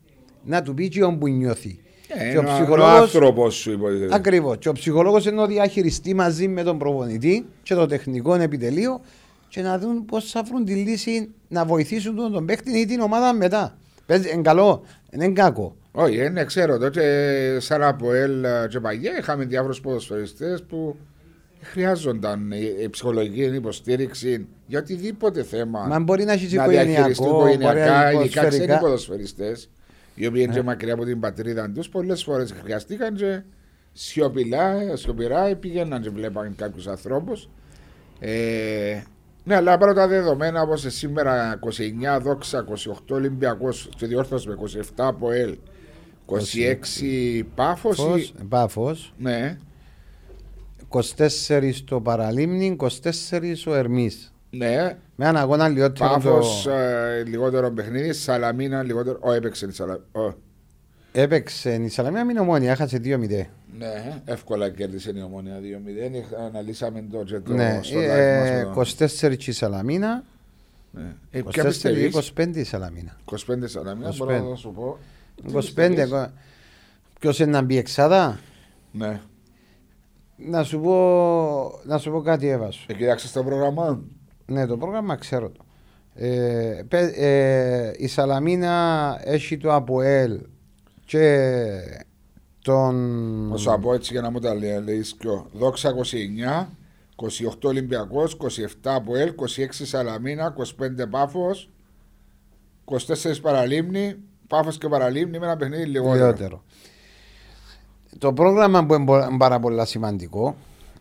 B: να του πει και που νιώθει.
A: Ε,
B: και ο
A: Είναι ο
B: ψυχολόγος,
A: άνθρωπος σου υποτίθεται.
B: Ακριβώς. Και ο ψυχολόγος ενώ διαχειριστεί μαζί με τον προπονητή και το τεχνικό επιτελείο και να δουν πώς θα βρουν τη λύση να βοηθήσουν τον, τον παίκτη ή την ομάδα μετά. Παίζει, εν καλό, εν εν κακό.
A: Όχι, ε, ναι, ξέρω. Τότε σαν από ελ ε, και παγιά είχαμε διάφορους ποδοσφαιριστές που χρειάζονταν ε, ε, ψυχολογική υποστήριξη για οτιδήποτε θέμα.
B: Μα μπορεί να έχεις
A: να διαχειριστούν
B: οικογενειακό, μπορεί να
A: οικογενειακά,
B: έχει
A: ειδικά ξένοι
B: ποδοσφαιρικά. Ναι.
A: ποδοσφαιριστέ, οι οποίοι είναι και μακριά από την πατρίδα τους, πολλές φορές χρειαστήκαν και σιωπηλά, σιωπηρά πήγαιναν και βλέπαν κάποιους ανθρώπους. Ε, ναι, αλλά πάρω τα δεδομένα όπως σήμερα 29 δόξα, 28 Ολυμπιακός και διόρθωση με 27 από ΕΛ, 26 Πάφο.
B: Φως, Πάφος,
A: Ναι,
B: 24 το παραλίμνη, 24 ο Ερμής.
A: ναι.
B: Με έναν αγώνα λιότερο.
A: Πάφο
B: το-
A: λιγότερο παιχνίδι, Σαλαμίνα λιγότερο. Ω, έπαιξε η Σαλαμίνα.
B: Έπαιξε η Σαλαμία με ομόνια, έχασε 2-0.
A: Ναι, εύκολα κέρδισε η ομόνια 2-0. Είχα- Αναλύσαμε το και το
B: Ναι,
A: στο live
B: ε,
A: μας.
B: 24 η Σαλαμίνα,
A: Ναι. Ε, ποια
B: 24
A: πιστεύεις?
B: 25 η Σαλαμίνα.
A: 25 σαλαμίνα,
B: 25.
A: μπορώ να σου πω. Τι
B: 25,
A: πιστεύεις?
B: εγώ- ποιος είναι να μπει εξάδα,
A: Ναι.
B: να σου πω, να σου πω κάτι έβασο.
A: Ε, κοιτάξτε το πρόγραμμα.
B: Ναι, το πρόγραμμα ξέρω το. Ε, πε- ε, η Σαλαμίνα έχει το Αποέλ και τον...
A: Να σου πω έτσι για να μου τα λέει, λέει πιο. Δόξα 29, 28 Ολυμπιακός, 27 Αποέλ, 26 Σαλαμίνα, 25 Πάφος, 24 Παραλίμνη, Πάφος και Παραλίμνη με ένα παιχνίδι λιγότερο.
B: Λιότερο. Το πρόγραμμα που είναι πο- είναι πάρα πολύ σημαντικό,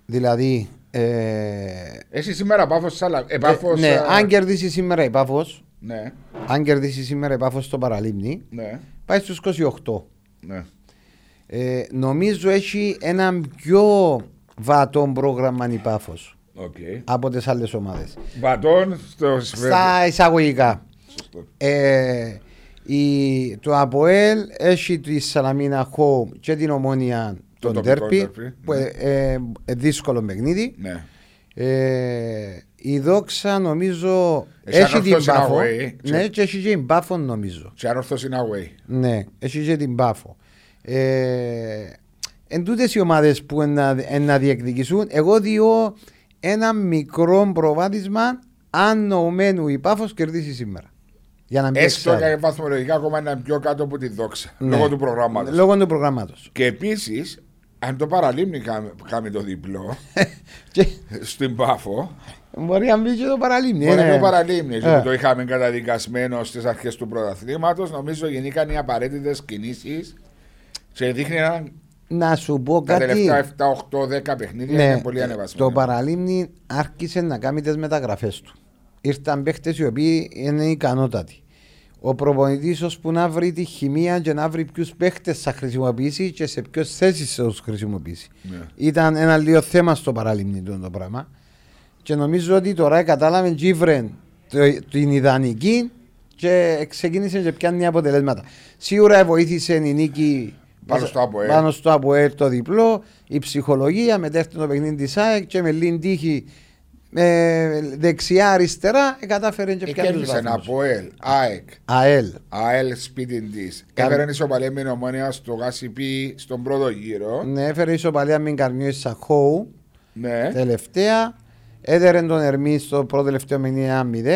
B: δηλαδή. Ε,
A: Εσύ σήμερα Πάφος Σαλαμίνα. Ε, Πάφος,
B: ναι,
A: ε,
B: αν κερδίσεις σήμερα η Πάφος,
A: ναι,
B: αν κερδίσεις σήμερα η Πάφος στο παραλίμνη,
A: ναι,
B: πάει στους 28.
A: ναι.
B: Ε, νομίζω έχει ένα πιο βατό πρόγραμμα η Πάφος
A: Οκ.
B: από τις άλλες ομάδες.
A: Μπατών στο
B: Στα εισαγωγικά.
A: Σωστό.
B: Ε, η, το Αποέλ έχει τη Σαλαμίνα Home και την Ομόνια
A: Το
B: τον
A: τοπικό
B: Τέρπι,
A: ντέρπι,
B: που ε, ε, ε, δύσκολο παιχνίδι.
A: Ναι.
B: Ε, η Δόξα νομίζω
A: Εσύ
B: έχει την
A: ανόρθωσε ένα
B: Πάφο.
A: away,
B: Ναι,
A: και-
B: και έχει και την Πάφο νομίζω.
A: Και αν ορθώς είναι away.
B: Ναι, έχει και την Πάφο. Ε, εν τούτες οι ομάδες που εν να, εν να διεκδικήσουν, εγώ διώ ένα μικρό προβάδισμα αν νοουμένου η Πάφος κερδίσει σήμερα. Για να μην
A: Έστω
B: εξάρει.
A: και βαθμολογικά ακόμα είναι πιο κάτω από τη δόξα.
B: Ναι.
A: Λόγω του προγράμματος.
B: Λόγω του προγράμματος.
A: Και επίσης, αν το παραλίμνη κάμε- κάμε το διπλό
B: και
A: στην Πάφο,
B: μπορεί να μπει και το παραλίμνη.
A: μπορεί
B: ε,
A: να
B: ναι.
A: το παραλίμνη.
B: Ε.
A: που το είχαμε καταδικασμένο στις αρχές του πρωταθλήματος, νομίζω γεννήκαν οι απαραίτητες κινήσεις και δείχνει έναν
B: Να σου πω
A: τα
B: κάτι.
A: τελευταία 7, 8, 10 παιχνίδια
B: Ναι,
A: είναι πολύ ανεβασμένο.
B: το παραλίμνη άρχισε να κάνει τις μεταγραφές του. Ήρθαν παίχτε οι οποίοι είναι ικανότατοι. Ο προπονητής, ώσπου να βρει τη χημεία και να βρει ποιους παίχτες θα χρησιμοποιήσει και σε ποιες θέσεις θα τους χρησιμοποιήσει.
A: Ναι.
B: Ήταν ένα λίγο θέμα στο παραλίμνη τούτο το πράγμα. Και νομίζω ότι τώρα κατάλαβε Τζίβρεν το- την ιδανική και ξεκίνησε και πιάνει αποτελέσματα. Σίγουρα βοήθησε η νίκη
A: Πάνω στο Αποέλ.
B: πάνω στο Αποέλ το διπλό, η ψυχολογία, μετά έρθει το παιχνίδι της ΑΕΚ και με λίγη τύχη ε, δεξιά-αριστερά ε, κατάφερε και
A: Και
B: πια τους
A: κέρδισε ένα
B: βαθμούς.
A: Αποέλ, ΑΕΚ,
B: ΑΕΛ.
A: ΑΕΛ σπίτι τη.
B: Καν-
A: Έφερε ισοπαλία με την ομόνια στο γάσιπι στον πρώτο γύρο.
B: Ναι, έφερε ισοπαλία με καρμιό Σαχώου,
A: Ναι.
B: ε, τελευταία. Έδερε τον Ερμή στο πρώτο τελευταίο μηνύμα 1-0.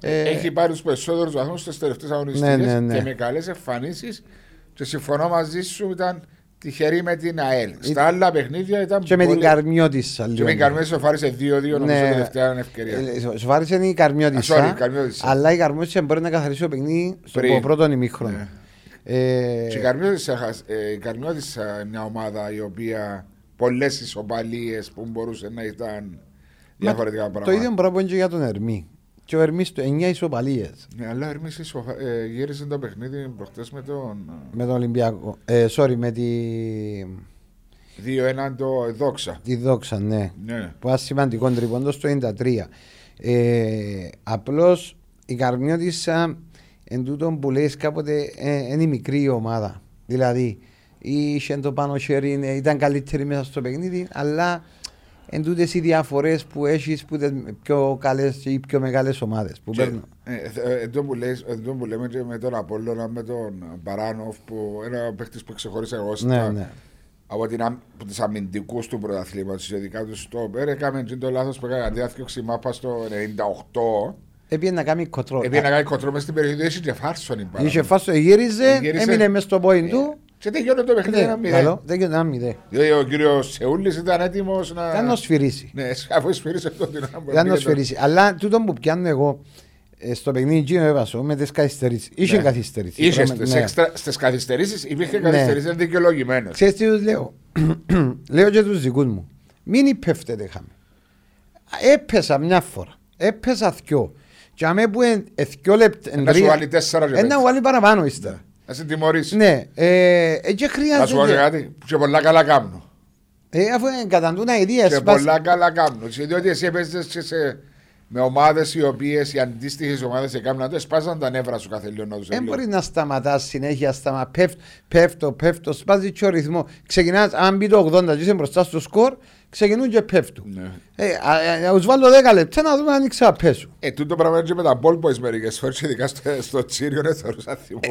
B: Ε,
A: Έχει πάρει τους περισσότερους βαθμούς στις τελευταίες αγωνιστικέ
B: Ναι, ναι, ναι.
A: και με καλές εμφανίσεις. Και συμφωνώ μαζί σου, ήταν τυχερή με την ΑΕΛ. Στα άλλα παιχνίδια ήταν.
B: και με την καρμιό τη.
A: Και με την Καρμία σου φάρισε 2-2 νομίζω
B: Ναι. Ε,
A: τελευταία ευκαιρία.
B: Σβάρισε η
A: Α, sorry,
B: καρμιώτησα,
A: η Καρμιώτισσα.
B: αλλά η καρμιώτησα μπορεί να καθαρίσει το παιχνίδι στο
A: Πριν.
B: πρώτο ημίχρονο.
A: Ναι.
B: Ε,
A: Και η Καρμιώτισσα χασ- ε, η Καρμιώτισσα είναι μια ομάδα η οποία πολλές ισοπαλίες που μπορούσε να ήταν διαφορετικά πράγματα.
B: Το ίδιο πράγμα είναι και για τον Ερμή. Και ο Ερμής του 9 ισοπαλίες
A: Ναι, αλλά εμεί ε, γύρισε το παιχνίδι προχτές με τον.
B: με τον Ολυμπιακό. Ε, sorry, με τη,
A: 2-1 το Δόξα.
B: τη Δόξα, ναι.
A: Ναι.
B: Που ένα σημαντικό τρίποντο στο 93. Ε, Απλώς η Καρμιώτησα εν τούτον που λέει κάποτε ε, είναι η μικρή η ομάδα. Δηλαδή, είχε το πάνω χέρι, ε, ήταν καλύτερη μέσα στο παιχνίδι, αλλά εν τούτες οι διαφορές που έχεις που τις πιο καλές ή πιο μεγάλες ομάδες που παίρνουν.
A: Εδώ που, λες, ε, εν τω που λέμε και με τον Απόλλωνα, με τον Παράνοφ, που ένα παίχτη που ξεχώρισε εγώ
B: Ναι,
A: στα-
B: ναι.
A: από την αμ- από τις αμυντικούς του πρωταθλήματος, ειδικά τους στόπερ, έκαμε τζιν το λάθος που έκανα διάθκιοξη μάπα στο 98,
B: Έπιε να κάνει κοτρό.
A: επειδή να κάνει κοντρό μες στην περιοχή, έτσι και φάρσον η μπάλα.
B: Ε, Είχε φάσο, γύριζε,
A: Γύρισε.
B: έμεινε μέσα στο πόιν του.
A: Και τελειώνει το Ε, παιχνίδι ένα
B: Ναι,
A: μηδέν.
B: καλό, δεν γίνεται να μηδέ.
A: Διότι ο κύριος Σεούλης ήταν έτοιμος να...
B: Κάνω σφυρίσει.
A: Ναι, αφού σφυρίσε τον την ώρα που
B: Κάνω
A: πήγε το-
B: σφυρίσει. Αλλά τούτο που πιάνω εγώ ε, στο παιχνίδι Τζίνο έβασο με τις καθυστερήσεις. Είχε
A: Ναι.
B: καθυστερήσεις.
A: Είχε
B: Πράγμα-
A: στις
B: ναι.
A: εξτρα- στις καθυστερήσεις, υπήρχε
B: Ναι.
A: καθυστερήσεις δικαιολογημένες.
B: Ξέρεις τι τους λέω. λέω και τους δικούς μου. Μην υπέφτετε χάμε. Έπεσα μια φορά. Έπεσα δυο. Και αμέ που εν ε, δυο λεπτά.
A: Να σου βάλει τέσσερα και
B: Ένα
A: πέντε.
B: βάλει παραπάνω ύστερα.
A: Να σε τιμωρήσει.
B: Ναι. Ε, ε, και
A: Να σου πω και
B: χρειάζεται.
A: κάτι. Και πολλά καλά κάμνω.
B: Ε, αφού είναι κατά τούνα ιδέες.
A: Και πολλά καλά κάμνω. Και Διότι εσύ έπαιζες και σε... με ομάδες οι οποίες οι αντίστοιχες ομάδες έκαναν το, σπάσαν τα νεύρα σου κάθε λίγο να τους
B: Δεν Ε, μπορεί να σταματάς συνέχεια, σταμα... πέφτω, πέφτω, πέφτω, σπάζει και ο ρυθμό. Ξεκινάς, αν μπει το 80 και είσαι μπροστά στο σκορ, ξεκινούν και πέφτουν.
A: Ναι.
B: Ε, α- α- α- τους βάλω 10 λεπτά να δούμε αν ξαπέσουν.
A: Ε, τούτο πράγμα είναι και με τα μπόλποες μερικές φορές, ειδικά στο, στο Τσίριο, δεν θεωρούσα θυμούμε.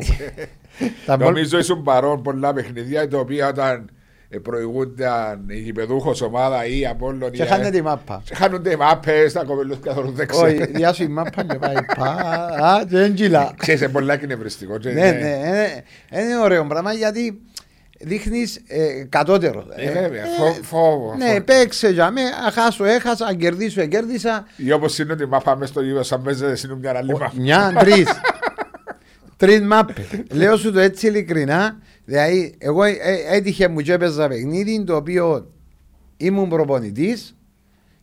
B: Τα μπολ-
A: Νομίζω ήσουν παρόν πολλά παιχνιδιά, τα οποία όταν ε, προηγούνταν η γηπεδούχος ομάδα ή από όλων...
B: Και χάνεται η μάπα.
A: Χάνονται οι μάπες, τα κοπελούς καθόλου δεν
B: Όχι,
A: ξέρουν.
B: διάσου η μάπα και πάει πα, α, και δεν κυλά.
A: Ξέρεις, είναι πολλά κυνευριστικό. και
B: Ναι,
A: είναι-
B: ναι, ε, ε, είναι ωραίο πράγμα γιατί δείχνεις κατώτερο.
A: Ε, βέβαια, φο- φόβο.
B: Ναι,
A: φόβο.
B: παίξε για μέ, αχάσω, έχασα, αν κερδίσω, εκέρδισα.
A: Ή όπως είναι ότι μάπα μες στο γήπεδο, σαν μέσα είναι μια άλλη μάπα.
B: Μια, τρει. Τρει μάπε. Λέω σου το έτσι ειλικρινά. Δηλαδή, εγώ ε, ε, έτυχε μου και έπαιζα παιχνίδι το οποίο ήμουν προπονητής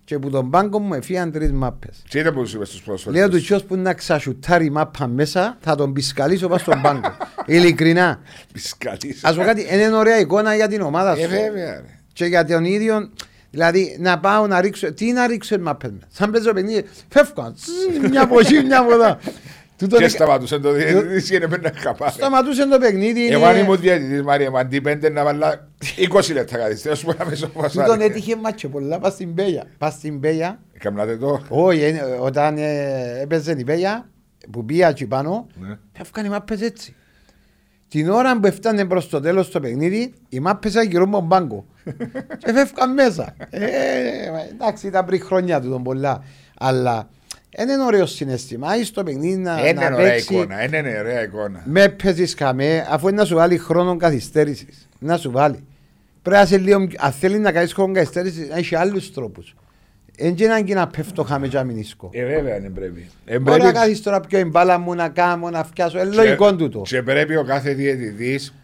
B: και που τον πάγκο μου έφυγαν τρεις μάπες.
A: Τι είναι που τους είπες στους πρόσφατους.
B: Λέω του ποιο που να ξασουτάρει μάπα μέσα θα τον πισκαλίσω πάνω στον πάγκο. ειλικρινά.
A: Πισκαλείς.
B: Ας πω κάτι, είναι μια ωραία εικόνα για την ομάδα σου.
A: Ε, βέβαια. ρε.
B: Και για τον ίδιο, δηλαδή να πάω να ρίξω, τι να ρίξω μάπες μες. Σαν παίζω παιχνίδι, φεύγω, τσζ, μια από εκεί, μια από εδώ. Τούτον
A: Και
B: ε-
A: σταματούσε το διαιτητής και έπαιρνε χαπάρι.
B: Σταματούσε το παιχνίδι.
A: Εγώ αν
B: είναι-
A: ήμουν διαιτητής, Μαρία, μου αντί πέντε να βάλα 20 λεπτά καθυστερώς που να με
B: Του τον
A: σοβασάρει.
B: έτυχε μάτσο πολλά, πας στην Πέγια. Πας στην Πέγια,
A: Ε, Καμνάτε το.
B: όχι, ε, όταν ε, έπαιζε η Πέγια, που πήγα εκεί πάνω,
A: Ναι.
B: έφυγαν οι μάπες έτσι. Την ώρα που έφτανε προς το τέλος το παιχνίδι, οι μάπες αγυρούν τον πάγκο. και φεύγαν μέσα. Ε, εντάξει, ήταν πριν χρόνια του τον πολλά. Αλλά δεν είναι ωραίος συναισθήμα. Ή στο παιχνίδι να,
A: Είναι
B: να
A: ωραία
B: παίξει.
A: εικόνα, είναι ναι, ωραία εικόνα.
B: Με παίζεις χαμέ, αφού είναι να σου βάλει χρόνο καθυστέρησης. Να σου βάλει. Πρέπει να σε λίγο, αν θέλεις να κάνεις χρόνο καθυστέρησης, να έχει άλλους τρόπους. Εν και να να πέφτω χαμέ και να μην ίσκω.
A: Ε, βέβαια είναι πρέπει. Ε,
B: Μπορεί να
A: πρέπει-
B: κάνεις τώρα πιο εμπάλα μου, να κάνω, να φτιάσω. Ε, λογικό
A: και-
B: τούτο.
A: Και πρέπει ο κάθε διαιτητής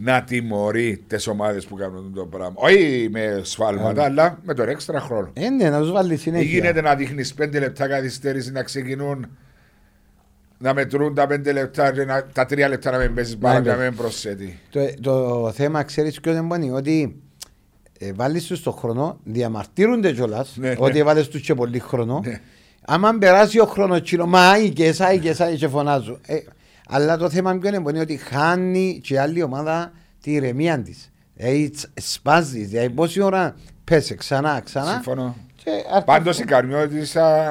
A: να τιμωρεί τις ομάδες που κάνουν το πράγμα. Όχι με
B: Ναι.
A: σφάλματα, αλλά με τον έξτρα χρόνο.
B: Ε, ναι, να τους βάλει
A: Δεν γίνεται
B: συνέχεια.
A: να δείχνεις πέντε λεπτά καθυστέρηση να ξεκινούν να μετρούν τα πέντε λεπτά και να, τα τρία λεπτά να μην παίζεις μπάλα και να μην προσθέτει.
B: Το, το θέμα, ξέρεις ποιος δεν μπορεί, ότι ε, βάλεις τους το χρόνο, διαμαρτύρονται κιόλας,
A: Ναι, ναι.
B: ότι βάλεις τους και πολύ χρόνο.
A: Ναι.
B: Άμα περάσει ο χρόνος, τσινο, μα άικες, άικες, άικες, και φωνάζω. Ε, αλλά το θέμα ποιο είναι, είναι ότι χάνει και η άλλη ομάδα τη ηρεμία της. Δηλαδή τσ- σπάζεις, δηλαδή πόση ώρα πέσε ξανά, ξανά.
A: Συμφωνώ.
B: Και αρκεί.
A: Πάντως η Καρμιώτησα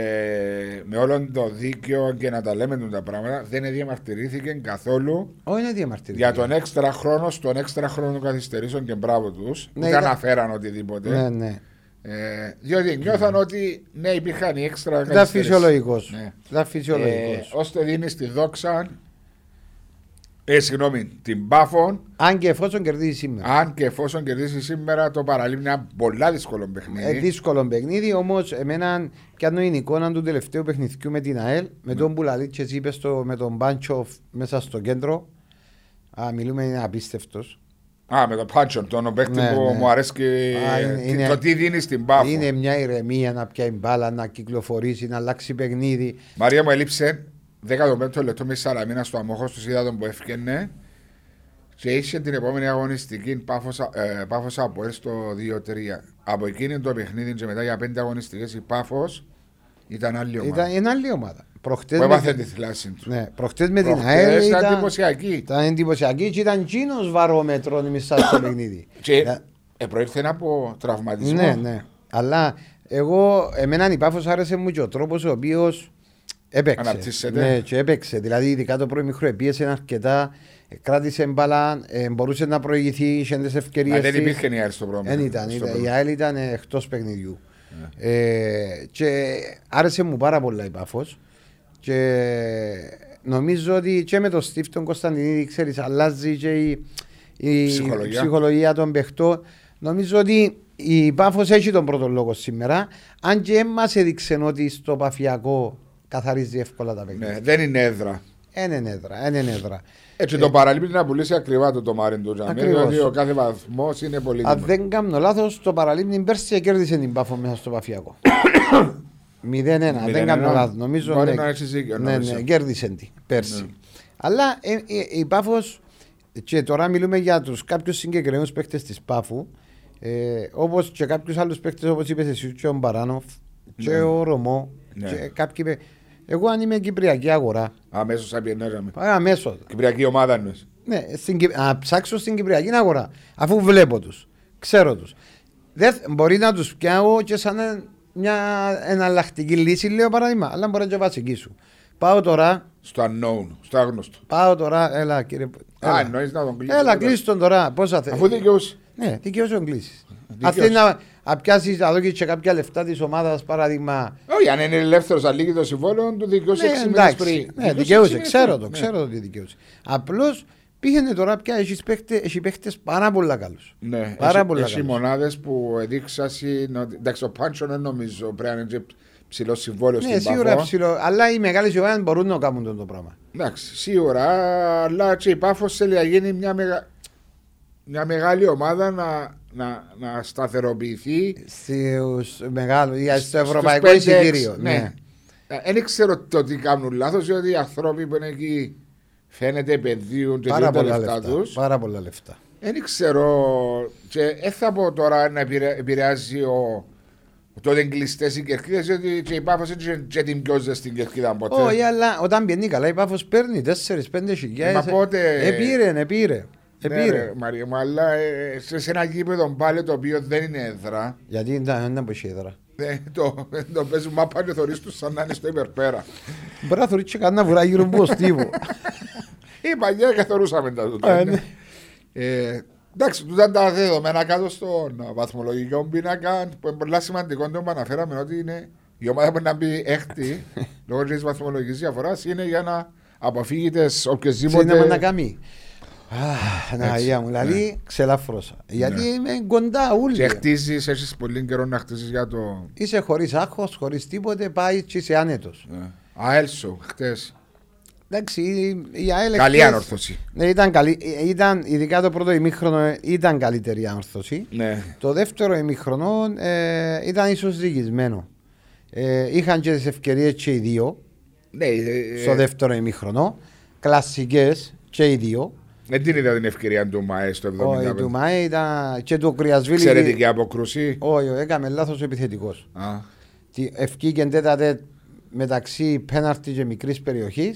A: ε, με όλον το δίκιο και να τα λέμε τούτα πράγματα δεν διαμαρτυρήθηκε καθόλου
B: Όχι, είναι διαμαρτυρία.
A: για τον έξτρα χρόνο, στον έξτρα χρόνο καθυστερήσεων και μπράβο τους.
B: Ναι,
A: Ούτε
B: ήταν-
A: αναφέραν οτιδήποτε.
B: Ναι, ναι.
A: Ε, διότι νιώθαν ότι ναι, υπήρχαν οι έξτρα
B: Ήταν
A: καθυστερήσεις.
B: φυσιολογικός.
A: Ναι.
B: Ήταν φυσιολογικός.
A: Ε, ώστε δίνει τη δόξα. Ε, συγγνώμη, την πάφων.
B: Αν και εφόσον κερδίζει σήμερα.
A: Αν και εφόσον κερδίσει σήμερα το παραλείπει ένα πολλά δύσκολο παιχνίδι.
B: Ε, δύσκολο παιχνίδι, όμως εμένα πιάνω την εικόνα του τελευταίου παιχνιδιού με την ΑΕΛ, με
A: Ναι.
B: τον Μπουλαλίτσε, είπε στο, με τον Μπάντσοφ μέσα στο κέντρο. Α, μιλούμε, είναι απίστευτος.
A: Α, με τον Πάντσον, τον παίκτη
B: Ναι,
A: που
B: ναι.
A: μου αρέσει και
B: Α, είναι-
A: τι-
B: είναι-
A: το τι δίνεις στην Πάφο.
B: Είναι μια ηρεμία να πιάει μπάλα, να κυκλοφορήσει, να αλλάξει παιχνίδι.
A: Μαρία μου έλειψε 15 λεπτό με σαραμίνα στο αμόχο του, είδα τον που έφυγαινε και είχε την επόμενη αγωνιστική Πάφος, ε, Πάφος από στο 2-3. Από εκείνη το παιχνίδι και μετά για 5 αγωνιστικές η Πάφος Ήταν άλλη ομάδα.
B: Ήταν είναι άλλη ομάδα. Προχτές
A: Που
B: με
A: έπαθε
B: την-
A: τη θλάση τους.
B: ναι, προχτές με την
A: Προχτές
B: ΑΕΛ
A: ήταν
B: ήταν,
A: εντυπωσιακή.
B: ήταν εντυπωσιακή και ήταν κίνος βαρόμετρο μέσα στο παιχνίδι.
A: Και
B: Να-
A: ε, προήλθε από τραυματισμό.
B: Ναι, ναι. Αλλά εγώ, εμένα η πάφος άρεσε μου και ο τρόπος ο οποίος έπαιξε.
A: Αναπτύσσεται.
B: Ναι, και έπαιξε. Δηλαδή, ειδικά το πρώτο μικρό επίεσε αρκετά, ε, κράτησε μπαλά, ε, μπορούσε να προηγηθεί, είχε τις ευκαιρίες.
A: Μα δεν υπήρχε η Άρη στο πρώτο.
B: Δεν ήταν.
A: στο Ναι.
B: ήταν-
A: πρώτο.
B: η ΑΕΛ ήταν εκτός παιχνιδιού. Ε, και άρεσε μου πάρα πολύ η πάφος. Και νομίζω ότι και με τον Στίφ τον Κωνσταντινίδη, ξέρεις, αλλάζει και η, η
A: Ψυχολογία.
B: ψυχολογία των παιχτών. Νομίζω ότι η πάφος έχει τον πρώτο λόγο σήμερα. Αν και μα έδειξε ότι στο παφιακό καθαρίζει εύκολα τα παιχνίδια.
A: Ναι, δεν είναι έδρα.
B: Έναν έδρα, έναν έδρα.
A: Έτσι το παραλείπει να πουλήσει ακριβά το τομάρι του Τζαμί.
B: Ε, Ακριβώς.
A: Δηλαδή ο κάθε βαθμός είναι πολύ.
B: Αν δεν κάνω λάθος, το παραλίμνη πέρσι κέρδισε την πάφο μέσα στο παφιακό. 0-1, αν δεν
A: 0-1.
B: κάνω λάθος. Νομίζω
A: Μπορεί
B: ναι.
A: να έχεις δίκιο,
B: Ναι,
A: νομίζω.
B: ναι, κέρδισε την πέρσι.
A: Ναι.
B: Αλλά ε, ε, η πάφος, και τώρα μιλούμε για τους κάποιους συγκεκριμένους παίκτες της πάφου, ε, όπως και κάποιους άλλους παίκτες, όπως είπες εσύ, και ο Μπαράνοφ, και ο Ρωμό,
A: Ναι.
B: και κάποιοι. παί- Εγώ αν είμαι κυπριακή αγορά,
A: Αμέσως θα πιενέζαμε.
B: πάω αμέσως.
A: Κυπριακή ομάδα εννοείς.
B: Ναι, στην, Κυπ- να ψάξω στην Κυπριακή αγορά. Αφού βλέπω τους. Ξέρω τους. Μπορεί να τους πιάω και σαν ε- μια εναλλακτική λύση, λέω παράδειγμα. Αλλά μπορεί να είναι και βασικής σου. Πάω τώρα.
A: Στο unknown, στο άγνωστο.
B: Πάω τώρα. Έλα, κύριε.
A: Α,
B: Έλα,
A: εννοείς να τον κλείσει.
B: έλα κλείσει τον τώρα. Πόσα θέλει.
A: Αφού δικαιούσε.
B: Ναι, δικαιώ τον κλείσεις.
A: Δικαίως.
B: Αν θέλει να, να πιάσεις να δώσεις και κάποια λεφτά της ομάδας, παράδειγμα.
A: Όχι, αν είναι ελεύθερος, αλήγει το συμβόλαιο, του δικαιούσε
B: Ναι,
A: 6 μήνες
B: εντάξει.
A: πριν.
B: Ναι, δικαιούσε. Ξέρω το, ξέρω το ότι δικαιούσε. Απλώς πήγαινε τώρα πια. έχεις παίχτε- Έχει παίχτες πάρα πολλά καλούς.
A: Ναι,
B: Πάρα
A: έχει-
B: πολλά
A: Έχει
B: καλός.
A: μονάδες που εδείξασαν. Εντάξει, ο Πάντσον δεν νομίζω πρέπει να είναι και ψηλό συμβόλαιο
B: Ναι,
A: στην
B: σίγουρα
A: Πάφο.
B: ψηλό. Αλλά οι μεγάλες ομάδε μπορούν να κάνουν αυτό το πράγμα.
A: Εντάξει, σίγουρα, αλλά και η Πάφος θέλει να γίνει μια, μεγα... μια μεγάλη ομάδα να, να, να σταθεροποιηθεί.
B: Στους μεγάλους, για- Ε, στο
A: στους
B: ευρωπαϊκό
A: 5-6,
B: εισιτήριο. Ναι.
A: Ναι. Ε, Δεν ξέρω το τι κάνουν λάθος, διότι οι άνθρωποι που είναι εκεί φαίνεται επενδύουν και
B: Πάρα
A: δίνουν τα
B: πολλά
A: λεφτά
B: λεφτά.
A: τους.
B: Πάρα πολλά λεφτά.
A: Δεν ξέρω. Και δεν θα πω τώρα να επηρε- επηρεάζει ο. Τότε κλειστέ οι κερκίδε, διότι και η Πάφος δεν και την πιο στην κερκίδα ποτέ.
B: Όχι, αλλά όταν πιένει καλά, η πάφος παίρνει 4-5 χιλιάδε.
A: Μα πότε-
B: Ε, Επήρε, επήρε.
A: Ναι, ρε, Μαρία μου, αλλά ε, σε σε ένα γήπεδο πάλι το οποίο δεν είναι έδρα.
B: Γιατί ήταν ένα ποσίδρα.
A: ε, το, το παίζουν μάπα και θωρείς τους σαν να είναι στο υπερπέρα.
B: Μπορεί να θωρίτσε κανένα βουρά γύρω από το στίβο.
A: Η παλιά καθορούσαμε τα
B: Ε,
A: τότε.
B: ναι.
A: ναι. ε, εντάξει, του ήταν τα δεδομένα κάτω στον βαθμολογικό πίνακα που είναι πολύ σημαντικό το που αναφέραμε ότι είναι η ομάδα που να μπει έκτη λόγω της βαθμολογικής διαφοράς είναι για να αποφύγεις τι
B: Ξέρετε
A: οποιασδήποτε.
B: να κάνει. Αχ, να αγία μου, δηλαδή ξελαφρώσα. Γιατί είμαι κοντά
A: Ναι. Και
B: ούλοι.
A: χτίζεις, έχεις πολύ καιρό να χτίσει για το.
B: Είσαι χωρίς άγχος, χωρίς τίποτε, πάει και είσαι άνετος.
A: Ε, Αέλσο, χτες.
B: Εντάξει, η- η ΑΕΛ
A: Καλή
B: εχθές-
A: ανόρθωση.
B: Ναι, ήταν, καλή, ε, ήταν, ειδικά το πρώτο ημίχρονο ε, ήταν καλύτερη η ανόρθωση.
A: Ναι.
B: Το δεύτερο ημίχρονο ε, ήταν ίσως διηγισμένο. Ε, είχαν και τις ευκαιρίες και οι δύο
A: Ναι, ε,
B: στο
A: ε,
B: δεύτερο ημίχρονο. Κλασικές και οι δύο.
A: δεν την είδα την ευκαιρία του Μαέ στο
B: Ο
A: 75.
B: Ιτουμάη ήταν και του Κρυασβίλη.
A: Ξέρετε και αποκρούση.
B: Όχι, όχι, έκαμε λάθος επιθετικός.
A: Α,
B: Ευκήγεν τέταρτο μεταξύ πέναρτη και μικρής περιοχής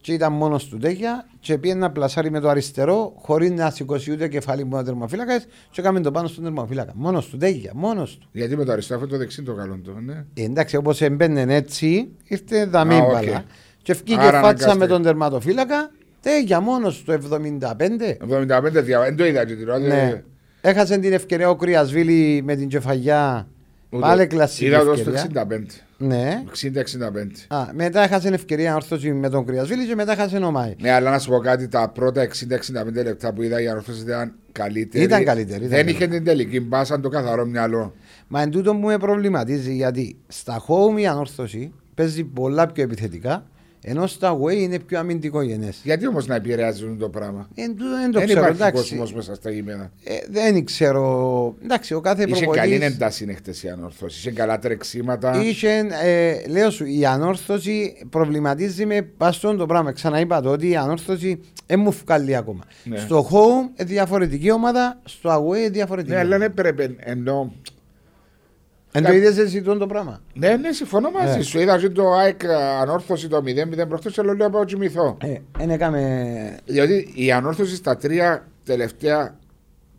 B: και ήταν μόνος του τέχεια και πήγε να πλασάρει με το αριστερό χωρίς να σηκώσει ούτε κεφάλι που ένα τερμαφύλακα και έκαμε το πάνω στον τερμαφύλακα. Μόνος του τέχεια, μόνος του.
A: Γιατί με το αριστό αφού το δεξί το καλό του. Ναι.
B: Ε, εντάξει, όπως έμπαινε έτσι, ήρθε δαμή
A: Α, οκ.
B: μπαλά. Και βγήκε
A: Άρα
B: φάτσα με
A: αναγκάστηκε.
B: τον τερματοφύλακα, τέχεια μόνος του 75.
A: 75 διαβα... Δεν το είδα και την ώρα. ε,
B: Ναι.
A: δεν-
B: Έχασε την ευκαιρία ο Κρυασβίλη με την κεφαλιά.
A: ούτε-
B: Πάλι κλασική
A: Είδα το στο
B: ευκαιρία.
A: 65.
B: Ναι.
A: 60-65.
B: Α, μετά έχασε ευκαιρία όρθωση με τον Κρυασβίλη και μετά έχασε ο Μάη.
A: Ναι, αλλά να σου πω κάτι, τα πρώτα 60-65 λεπτά που είδα η ανόρθωση ήταν καλύτερη.
B: Ήταν καλύτερη, ήταν
A: Δεν είχε
B: καλύτερη.
A: την τελική μπάσα, το καθαρό μυαλό.
B: Μα εν τούτο μου με προβληματίζει γιατί στα home η ανόρθωση παίζει πολλά πιο επιθετικά ενώ στα away είναι πιο αμυντικό γενές.
A: Γιατί όμως να επηρεάζουν το πράγμα.
B: Εν τούτο δεν το
A: Δεν
B: ξέρω,
A: υπάρχει
B: εντάξει.
A: κόσμος μέσα στα γήπεδα.
B: Ε, δεν ξέρω. Εντάξει, ο κάθε
A: Είχε καλή
B: προπονητής
A: ένταση χτε η ανόρθωση. Είχε καλά τρεξίματα.
B: είχε, ε, λέω σου, η ανόρθωση προβληματίζει με παστόν το πράγμα. Ξαναείπα το ότι η ανόρθωση δεν μου βγάλει ακόμα.
A: Ναι.
B: Στο home ε, διαφορετική ομάδα, στο away ε, διαφορετική.
A: Ναι, αλλά
B: ομάδα.
A: δεν πρέπει ενώ
B: Εν το είδες εσύ τον το πράγμα.
A: Ναι, ναι, συμφωνώ μαζί
B: Ε.
A: σου. Είδα και το ΑΕΚ ανόρθωση το 0-0 προχτές, αλλά λέω πάω κοιμηθώ.
B: Ε, εν έκαμε...
A: Διότι η ανόρθωση στα τρία τελευταία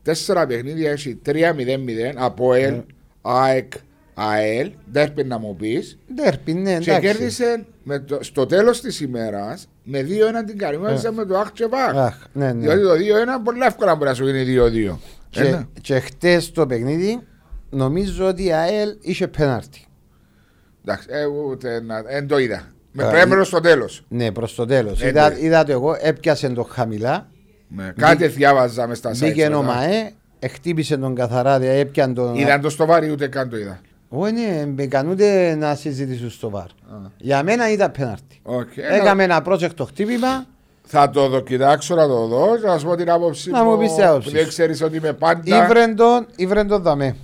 A: τέσσερα παιχνίδια έχει 3-0-0 από ΕΛ,
B: Ναι.
A: ΑΕΚ, ΑΕΛ, ντέρπι να μου πεις.
B: Ντέρπι, ναι,
A: Και
B: εντάξει.
A: κέρδισε με το- στο τέλος της ημέρας με 2-1 την καρυμάζα με το Αχτσεβάκ.
B: Ναι. Αχ, ναι, ναι.
A: Διότι το 2-1 πολύ εύκολα μπορεί να σου γίνει Ε, 2-2. ναι.
B: Και, και χτες το παιχνίδι νομίζω ότι η ΑΕΛ είχε πέναρτη.
A: Εντάξει, ε, ούτε να- εν το είδα. Με
B: Α,
A: πρέμενο στο τέλος.
B: Ναι, προς το τέλος.
A: Ε,
B: Είδα,
A: ναι.
B: είδα το εγώ, έπιασε το χαμηλά,
A: Κάτι διάβαζα μες στα sites
B: μπήκε ο
A: μετά.
B: ΜΑΕ, εχτύπησε τον καθαρά, δηλαδή έπιαν τον...
A: Είδαν το στο βάρη, ούτε καν το είδα.
B: Όχι, ναι, μπήκαν ούτε να συζητήσουν στο βαρ. Για μένα ήταν πέναρτη.
A: Οκ. Ένα-
B: Έκαμε ένα πρόσεκτο χτύπημα,
A: Θα το δω, κοιτάξω να το δω και να σου πω την άποψή
B: Να μου πεις την άποψη
A: Δεν
B: σου.
A: ξέρεις ότι είμαι πάντα,
B: ήβρεν τον, ήβρεν τον δαμέ.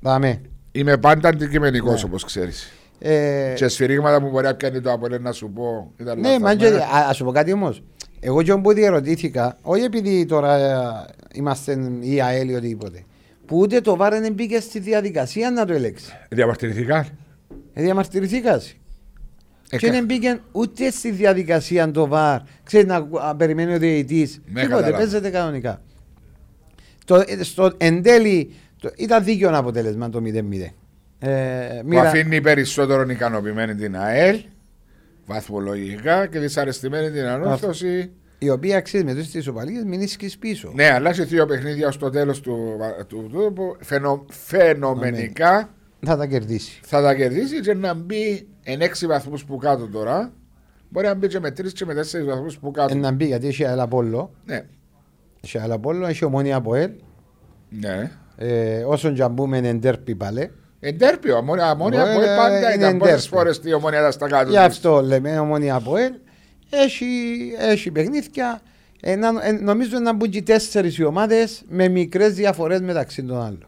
B: Δαμέ.
A: είμαι πάντα αντικειμενικός
B: Ναι.
A: όπως ξέρεις.
B: Ε,
A: Και σφυρίγματα που μπορεί να πιάνει το Απολέ να σου πω. Ήταν
B: Ναι, μα και,
A: λαθασμένα.
B: α ας σου πω κάτι όμως. Εγώ και που διερωτήθηκα, όχι επειδή τώρα ε, είμαστε ή ΑΕΛ ή οτιδήποτε, που ούτε το βάρ δεν μπήκε στη διαδικασία να το ελέξει.
A: Διαμαρτυρηθήκα.
B: Ε, διαμαρτυρηθήκας.
A: Ε,
B: και δεν μπήκε ούτε στη διαδικασία το βάρ. Ξέρεις να ακου- α, περιμένει ο διαιτητής.
A: Ναι,
B: Τίποτε,
A: κατάλαβα.
B: παίζεται κανονικά. Το, ε, στο, εν τέλει το, ήταν δίκαιο ένα αποτέλεσμα το 0-0. Ε,
A: Που
B: μοίρα-
A: αφήνει περισσότερον ικανοποιημένη την ΑΕΛ, βαθμολογικά και δυσαρεστημένη την ανόρθωση.
B: η οποία ξέρει με τι ισοπαλίε μην ίσκεις πίσω.
A: Ναι, αλλά σε δύο παιχνίδια στο τέλος του, του, του, που φαινο- φαινομενικά
B: Θα τα κερδίσει.
A: θα τα κερδίσει και να μπει εν έξι βαθμούς που κάτω τώρα. Μπορεί να μπει και με τρεις και με τέσσερις βαθμούς που κάτω.
B: Ε, να μπει γιατί είχε άλλα πόλο.
A: Ναι,
B: Έχει άλλα πόλο, έχει ομόνια από ελ.
A: ναι.
B: Ε, όσον και αν μπούμε είναι ντέρπι πάλι.
A: Εντέρπιο, αμόνια, αμόνια
B: Ε,
A: που
B: ε,
A: πάντα
B: είναι
A: ήταν πολλές
B: εντέρπιο.
A: φορέ η ομόνια ήταν στα κάτω.
B: Γι'
A: της.
B: αυτό λέμε ομόνια από ελ. Έχει, έχει παιχνίδια. Ε, να- ε, νομίζω να μπουν και τέσσερις οι ομάδες με μικρές διαφορές μεταξύ των άλλων.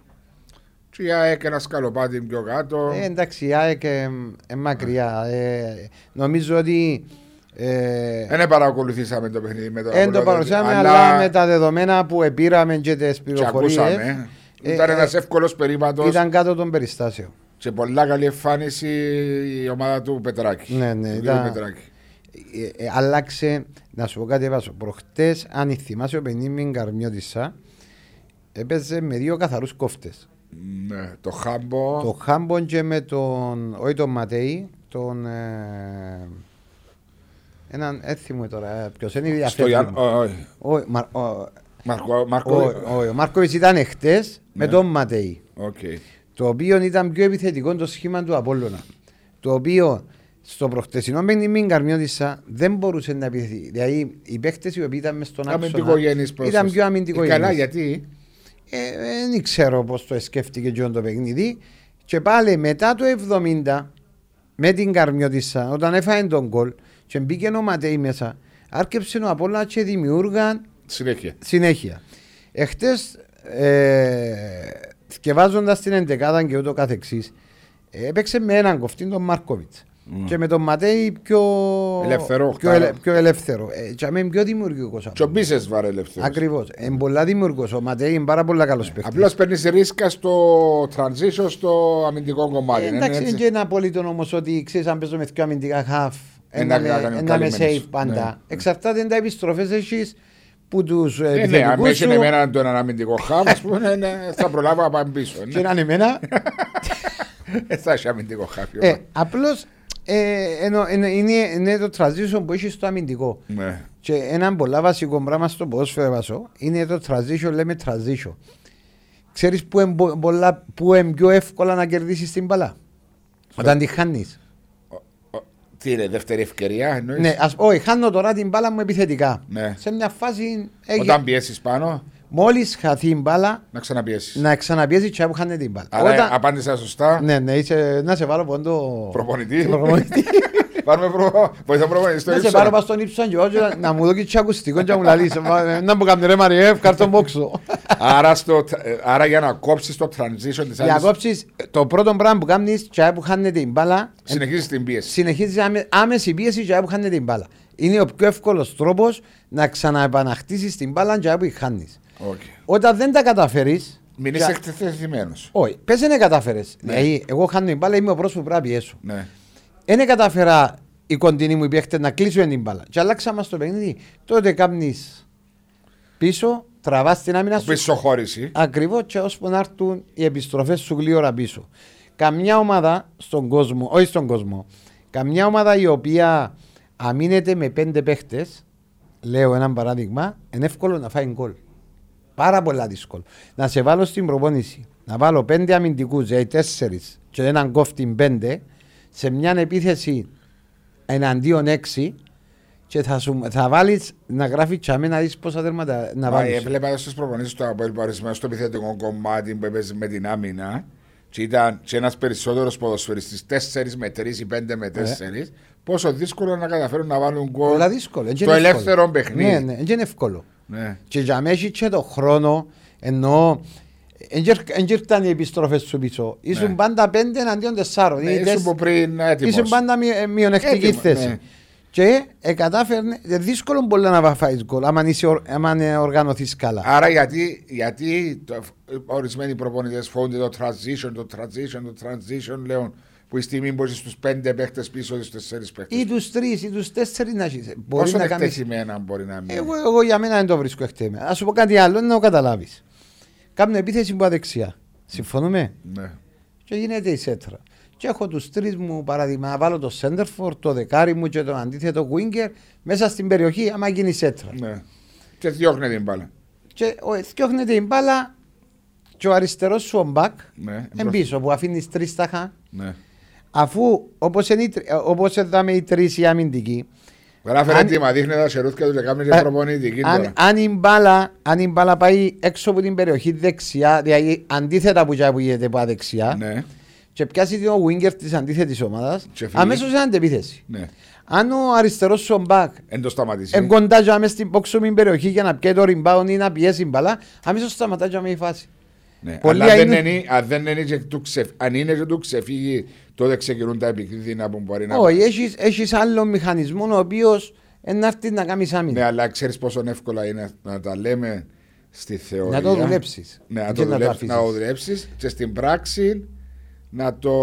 A: Και η ΑΕΚ ένα σκαλοπάτι πιο κάτω.
B: Ε, εντάξει, η ΑΕΚ ε, ε, μακριά. Ε, νομίζω ότι ε,
A: Δεν παρακολουθήσαμε το παιχνίδι με το
B: εν Ε, το
A: Απόλλωνα,
B: παρουσιάμε, αλλά με τα δεδομένα που επήραμε και τις
A: και
B: πληροφορίες
A: ακούσαμε.
B: ε,
A: ήταν
B: ε,
A: ένας εύκολος περίπατος
B: ήταν κάτω των περιστάσεων.
A: και πολλά καλή εμφάνιση η ομάδα του Πετράκη.
B: Ναι, ναι,
A: του κύριου
B: ήταν-
A: Πετράκη.
B: ε, ε, άλλαξε, να σου πω κάτι Βάσο, προχτές αν θυμάσαι ο Πενίμιν Καρμιώτησα έπαιζε με δύο καθαρούς κόφτες.
A: Ναι, το χάμπο.
B: Το Χάμπον και με τον, όχι τον Ματέι, τον... Ε, έναν έθιμο τώρα, ε, ποιος είναι η
A: στο Γιάν...
B: διαφορά.
A: Ω, όχι.
B: Όχι, Μαρ- ο-
A: Μαρκο... Μαρκο...
B: ο- ο- ο Μάρκοβιτς ήταν χτες με
A: Ναι.
B: τον Ματέι.
A: Οκ.
B: το οποίο ήταν πιο επιθετικό το σχήμα του Απόλλωνα. Το οποίο στο προχτεσινό παιχνίδι Καρμιώτησα δεν μπορούσε να επιθεθεί. Δηλαδή οι παίχτες οι οποίοι ήταν μες στον άξονα
A: Αμυντικογενής πρόσφαση.
B: ήταν πιο αμυντικογενείς.
A: Ε, Καλά, γιατί.
B: Ε, ε, δεν ξέρω πώς το σκέφτηκε και το παιχνίδι. Και πάλι μετά το 70, με την Καρμιώτησα, όταν έφαγε τον κολ και μπήκε ο Ματέι μέσα, άρκεψε ο Απόλλωνα και δημιούργαν
A: Συνέχεια.
B: συνέχεια. Εχθές, ε, σκευάζοντας την εντεκάδα και ούτω καθεξής, ε, έπαιξε με έναν κοφτή τον Μάρκοβιτς. Και με τον Ματέι πιο
A: Mm. Ελευθερό,
B: Πιο,
A: χτάρα.
B: ελε- πιο ελεύθερο. Ε, και αμήν πιο δημιουργικός.
A: Και ο Μπίσες βάρε ελεύθερος.
B: Ακριβώς. Ε, πολλά δημιουργικός. Ο Ματέι είναι πάρα πολύ
A: Ε,
B: καλός παίκτης.
A: Απλώς παίρνεις ρίσκα στο transition στο αμυντικό κομμάτι.
B: Ε,
A: ναι,
B: εντάξει,
A: ναι,
B: είναι
A: έτσι.
B: και ένα απόλυτο όμως ότι ξέρεις αν παίζω με δυο αμυντικά half,
A: Ένα
B: ένα
A: να κάνουμε
B: με- ένα με
A: καλυμμένους.
B: safe πάντα.
A: Ναι.
B: Εξαρτάται αν τα επιστροφές έχεις που τους ε,
A: Ε, ναι, αν
B: επιθετικούς
A: έχεις
B: σου
A: εμένα το έναν αμυντικό χάμ, ας πούμε, ναι, θα προλάβω να πάμε πίσω.
B: και
A: Ναι.
B: έναν εμένα
A: Ε, θα έχει αμυντικό χάμ.
B: Ε, Απλώς ε, εννο- εννο- είναι, είναι το transition που έχεις στο αμυντικό.
A: Ναι.
B: Και ένα πολλά βασικό πράγμα στο ποδόσφαιρο βασό είναι το transition, λέμε transition. Ξέρεις που είναι μπο- πολλά- που είναι πιο εύκολα να κερδίσεις την μπαλά. Όταν τη χάνεις.
A: Ο- ο- Τι είναι, δεύτερη ευκαιρία εννοείς?
B: Ναι, ας, όχι, χάνω τώρα την μπάλα μου επιθετικά.
A: Ναι.
B: Σε μια φάση έχει.
A: Όταν πιέσεις πάνω,
B: Μόλις χαθεί η μπάλα,
A: να ξαναπιέσεις.
B: να ξαναπιέζει και που χάνεται η μπάλα.
A: Αλλά
B: Ναι. Όταν-
A: απάντησα σωστά.
B: Ναι, ναι, είσαι- να σε βάλω πόντο.
A: Προπονητή.
B: προπονητή.
A: Πάρουμε προ... βοηθό προπονητή στο
B: Να σε
A: ύψος.
B: πάρω πας στον ύψο και όχι, να μου δω και ακουστικό και να μου λαλείς «Μα, ε, Να μου κάνει ρε Μαριεύ, κάρτον μπόξο
A: Άρα, στο... ε, Άρα για να κόψεις το transition της άλλης,
B: Διακόψεις, το πρώτο πράγμα που κάνεις και που χάνεται η μπάλα Ε,
A: συνεχίζεις την πίεση.
B: Συνεχίζεις άμε- άμεση πίεση και που χάνεται η μπάλα Είναι ο πιο εύκολος τρόπος να ξαναεπαναχτίσεις την μπάλα και που χάνεις
A: Οκ.
B: Όταν δεν τα καταφέρεις
A: Μην
B: Για-
A: είσαι εκτεθειμένος.
B: Όχι, πες δεν κατάφερες.
A: Ναι.
B: Δηλαδή, εγώ χάνω την μπάλα, είμαι ο πρώτος που πρέπει να πιέσω.
A: Ναι.
B: Δεν κατάφερα οι κοντινοί μου παίχτε να κλείσουν την μπάλα. Και αλλάξαμε στο παιχνίδι. Τότε κάμνεις πίσω, τραβάς την άμυνα σου.
A: Πισωχώρηση.
B: Ακριβώς και ώσπου να έρθουν οι επιστροφές σου γλύωρα πίσω. Καμιά ομάδα στον κόσμο, όχι στον κόσμο, καμιά ομάδα η οποία αμήνεται με πέντε παίχτες, λέω ένα παράδειγμα, είναι εύκολο να φάει γκολ. Πάρα πολλά δύσκολο. Να σε βάλω στην προπόνηση, να βάλω πέντε αμυντικούς, δηλαδή τέσσερις, και έναν κόφτην πέντε, σε μια επίθεση εναντίον έξι, και θα, σου, θα βάλεις να γράφεις τσαμί να δεις πόσα τέρματα να
A: Μα ε,
B: βάλει.
A: έβλεπα στι προπονήσει του Αποέλ Παρισμένου στο επιθετικό κομμάτι που έπαιζε με την άμυνα. Και ήταν και ένας περισσότερος ποδοσφαιριστής 4 με 3 ή 5 με 4. Πόσο δύσκολο να καταφέρουν να βάλουν γκολ.
B: Ε. Πολλά δύσκολο. εν και
A: Το
B: είναι εύκολο.
A: ελεύθερο παιχνίδι.
B: Ναι, ναι, εν και είναι εύκολο.
A: Ναι.
B: Και για μένα έχει και το χρόνο, εννοώ, εν και- εν και ήρθαν οι επιστροφές σου πίσω. Ήσουν
A: Ναι.
B: πάντα πέντε εναντίον τεσσάρων.
A: Ναι,
B: Ή τεσ-
A: ήσουν που πριν έτοιμος.
B: Ήσουν πάντα μει- ε, μειονεκτική
A: Έτοιμος,
B: θέση.
A: ναι.
B: Και ε, κατάφερνε, ε, δύσκολο μπορεί να βαφάει γκολ, άμα, είσαι ορ- άμα ε, οργανωθείς καλά.
A: Άρα γιατί, γιατί το, ορισμένοι προπονητές φοβούνται το transition, το transition, το transition, λέω, που η στιγμή μπορείς στους πέντε παίχτες πίσω ή στου 4
B: Ή
A: παίχτε.
B: τους τρεις, ή τους τέσσερις να έχεις. Μπορεί
A: Πόσο
B: να κάνεις...
A: εκτεθειμένα μπορεί να μείνει.
B: Εγώ, εγώ για μένα δεν το βρίσκω εκτέμενο. Ας σου πω κάτι άλλο να το καταλάβεις. Κάμουν επίθεση που αδεξιά. Συμφωνούμε.
A: Ναι.
B: και γίνεται η σέτρα. Και έχω τους τρεις μου παράδειγμα να βάλω το Σέντερφορ, το δεκάρι μου και τον αντίθετο Winger μέσα στην περιοχή άμα γίνει η σέτρα.
A: ναι. Και διώχνε την μπάλα.
B: Και ο, διώχνεται η μπάλα και ο αριστερός σου ο μπακ
A: Ναι,
B: εν
A: εμπρός.
B: πίσω που αφήνεις τρεις στάχα.
A: Ναι.
B: Αφού όπως όπως είδαμε οι τρει οι αμυντικοί,
A: Γράφε
B: Αν-
A: ρε τίμα, δείχνε τα σερούθια τους και κάμνει και
B: Ε,
A: προπονητική
B: αν,
A: τώρα.
B: αν, η μπάλα, αν η μπάλα πάει έξω από την περιοχή δεξιά, δηλαδή αντίθετα που τζά που γίνεται από δεξιά,
A: Ναι,
B: και πιάσει τον Winger της αντίθετης ομάδας,
A: Και φύγει.
B: αμέσως είναι αντεπίθεση.
A: ναι.
B: Αν ο αριστερός σου μπακ
A: Εν το σταματήσει.
B: εγκοντά για μες στην πόξομη περιοχή για να πιέσει το rebound ή να πιέσει μπαλά, αμέσως σταματά για μες η φάση.
A: Ναι.
B: Πολλοί
A: Αλλά δεν
B: είναι-
A: είναι, αν δεν είναι και του ξεφ- αν είναι και του ξεφύγει, τότε ξεκινούν τα επικίνδυνα που μπορεί να
B: Όχι, έχεις, έχεις άλλο μηχανισμό ο οποίος να έρθει να κάνει άμυνα.
A: Ναι, αλλά ξέρεις πόσο εύκολα είναι να τα λέμε στη θεωρία.
B: Να το δουλέψεις.
A: Ναι, να
B: Και
A: το
B: να τα
A: δουλέψεις.
B: αφήσεις.
A: Να το δουλέψει και στην πράξη να το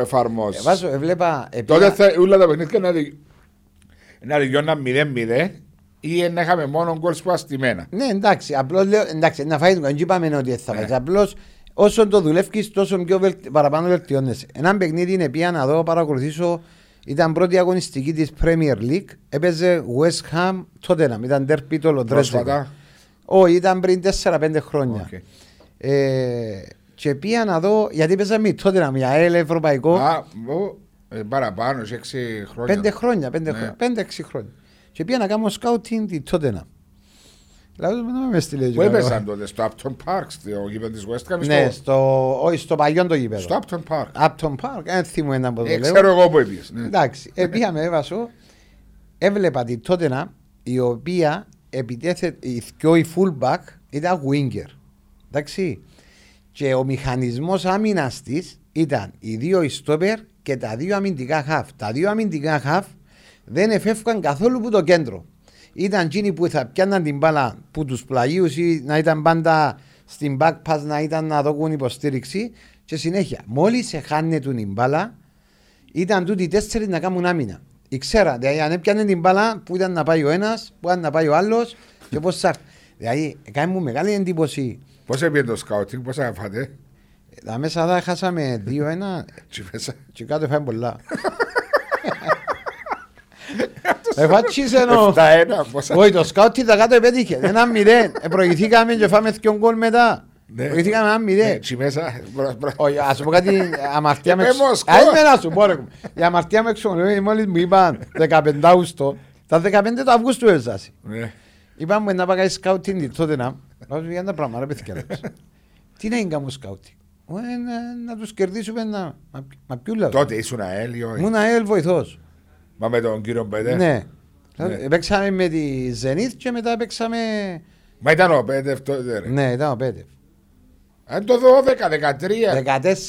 A: εφαρμόσεις.
B: Ε, Βάζω, έβλεπα.
A: Τότε
B: επήρα-
A: θα, όλα τα παιχνίδια να, δι- να λυγιώναν 0-0 ή να είχαμε μόνο γκολ σπαστημένα.
B: Ναι, εντάξει, απλώς λέω. Εντάξει, να φάει τον δεν είπαμε ότι θα
A: Ναι.
B: φάει. Απλώς όσο το δουλεύει, τόσο πιο βελ- παραπάνω βελτιώνεσαι. Ένα παιχνίδι είναι πια να δω, παρακολουθήσω. Ήταν πρώτη αγωνιστική της Premier League. Έπαιζε West Ham Tottenham. Ήταν τέρπι το Λοντρέζικο.
A: Πρόσφατα.
B: Όχι, ήταν πριν 4-5 χρόνια.
A: Οκ.
B: Ε, και πήγα να δω, γιατί παίζαμε η Tottenham για ΕΛ Ευρωπαϊκό.
A: Α, ο, ε, παραπάνω, σε 6 χρόνια.
B: Πέντε χρόνια, πέντε
A: Ναι.
B: χρόνια, πέντε έξι χρόνια. Και πήγα να κάνω σκάουτινγκ τη Tottenham. Λέω, να με στείλε.
A: Πού έπαιζαν τότε, στο Upton Park, στο γήπεδο της West Ham. ή
B: Ναι,
A: στο,
B: στο, όχι, στο παλιό το γήπεδο.
A: στο Upton Park.
B: Upton Park, δεν θυμούμαι ένα από το
A: Ε,
B: λέω.
A: ξέρω εγώ που έπιες. Ναι.
B: Εντάξει, ε, πήγαμε, έβασο. Έβλεπα την Τότενα, η οποία επιτέθεται, η δυο η fullback ήταν winger. Εντάξει. Και ο μηχανισμός άμυνας της ήταν οι δύο οι στόπερ και τα δύο αμυντικά half. Τα δύο αμυντικά half δεν εφεύγαν καθόλου που το κέντρο. Ήταν εκείνοι που θα πιάναν την μπάλα που τους πλαγίους ή να ήταν πάντα στην back pass να ήταν να δώσουν υποστήριξη. Και συνέχεια, μόλις εχάνεται την μπάλα, ήταν τούτοι οι τέσσερις να κάνουν άμυνα. Ήξερα, δηλαδή αν έπιανε την μπάλα, πού ήταν να πάει ο ένας, πού ήταν να πάει ο άλλος και πώς θα έρθει. Δηλαδή, έκανε μου μεγάλη εντύπωση.
A: Πώς έπιε το σκάουτινγκ, πώς έφατε.
B: Ε, Τα μέσα εδώ χάσαμε 2-1
A: Τι μέσα.
B: και κάτω φάμε πολλά. Εφάτσισε ενώ.
A: 7-1, πόσα.
B: Ε, Όχι, το σκάουτ ήταν κάτω επέτυχε. Ένα μηδέν. Ε, Προηγηθήκαμε και φάμε δυο γκολ μετά.
A: Ναι.
B: Προηγηθήκαμε ένα
A: Ναι,
B: μηδέν.
A: Τι μέσα. μπρο- μπρο-
B: Όχι, ας σου πω κάτι, αμαρτία με
A: Ε,
B: εξο-
A: Μόσκο.
B: Α, είμαι να σου πω, ρε, κομμ. Η αμαρτία με εξονοεί, μόλις μου είπαν 15 Αύγουστο, τα 15 του Αυγούστου έζασε.
A: Ναι.
B: Είπα μου να πάω κάνει σκάουτινγκ τη τότε να. Λέω του τα πράγματα, ρε παιδιά. λέω τους. Τι να είναι κάνω σκάουτινγκ. «Ε, να- Να τους κερδίσουμε να. Μα- Μα ποιου λέω.
A: Τότε ήσουν αέλιο.
B: Μου να έλ βοηθός.
A: Μα με τον κύριο Μπέτε.
B: Ναι.
A: Ε, Ναι.
B: Ε, Παίξαμε με τη Ζενίτ και μετά παίξαμε.
A: Μα ήταν ο Μπέτε αυτό. δεν ρε.
B: Ναι, ήταν ο Πέτεφ.
A: Αν το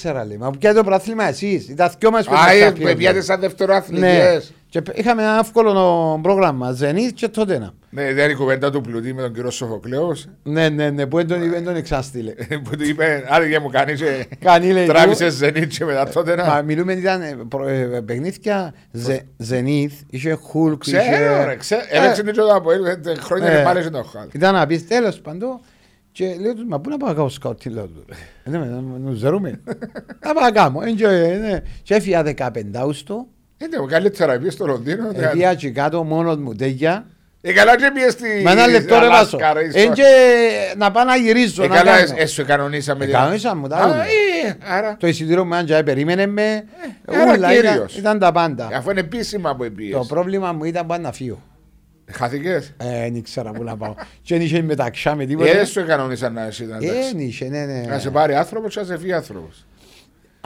A: 12, 13.
B: 14 λέει. Μα ποια το πρωτάθλημα εσείς. Ήταν δυο μας που
A: Ε. Α,
B: ήμασταν
A: ε,
B: Champions League.
A: πιάτε σαν
B: Ναι.
A: δευτεροαθλητικέ.
B: Και π- είχαμε ένα εύκολο πρόγραμμα. Ζενίτ και τότε να.
A: Ναι, ήταν η κουβέντα του πλουτή με τον κύριο Σοφοκλέος.
B: Ναι, ναι, ναι, που δεν τον είπε, δεν τον εξάστηλε.
A: Ε, που του είπε, Άρη για μου ε, κάνει.
B: Κάνει λέει.
A: Τράβησες Ζενίτσε μετά τότε
B: Μα
A: να.
B: μιλούμε ήταν ε, προ- ε, παιχνίδια Ζε- Zenith, είχε Χουλκ,
A: Ξέρω, ρε,
B: είχε...
A: ξέρω. Έπαιξε την τζότα από έλ- χρόνια
B: Ε.
A: και πάλι δεν το χάλ.
B: Ήταν να πεις τέλος παντού και λέω τους, μα πού να πάω να κάνω σκάουτ, τι λέω τους. Ε, ναι, να μου ζερούμε. Να πάω να κάνω. Ε, και, ε, ναι. Και έφυγα 15 Αύγουστο,
A: Είναι μου καλή θεραπεία στο Λονδίνο. δεν-
B: έφυγα και κάτω μόνος μου, τέγια.
A: Ε, καλά και πήγες στη
B: Με ένα λεπτό ρε βάσο.
A: Αλάσκα, ρε,
B: Ε,
A: στο-
B: και να πάω να γυρίσω,
A: Ε,
B: να
A: καλά,
B: κάνω.
A: ε, σου κανονίσαμε.
B: Ε, κανονίσαμε, τα
A: Α,
B: δούμε.
A: ε, ε, Άρα,
B: Το εισιτήριο μου άντια περίμενε με.
A: Ε, άρα
B: Ούλα, ήταν-
A: κύριος. Ε,
B: ήταν τα πάντα.
A: αφού είναι επίσημα που επίες.
B: Το πρόβλημα μου ήταν πάνω να φύγω.
A: Χαθηκές.
B: Ε, Δεν ήξερα πού να πάω. Και δεν είχε μεταξιά με τίποτα.
A: Ε, σου κανονίσαν να εσύ να
B: Ε,
A: εντάξει.
B: Δεν είχε, ναι, ναι.
A: Να σε πάρει άνθρωπος και να σε φύγει άνθρωπος.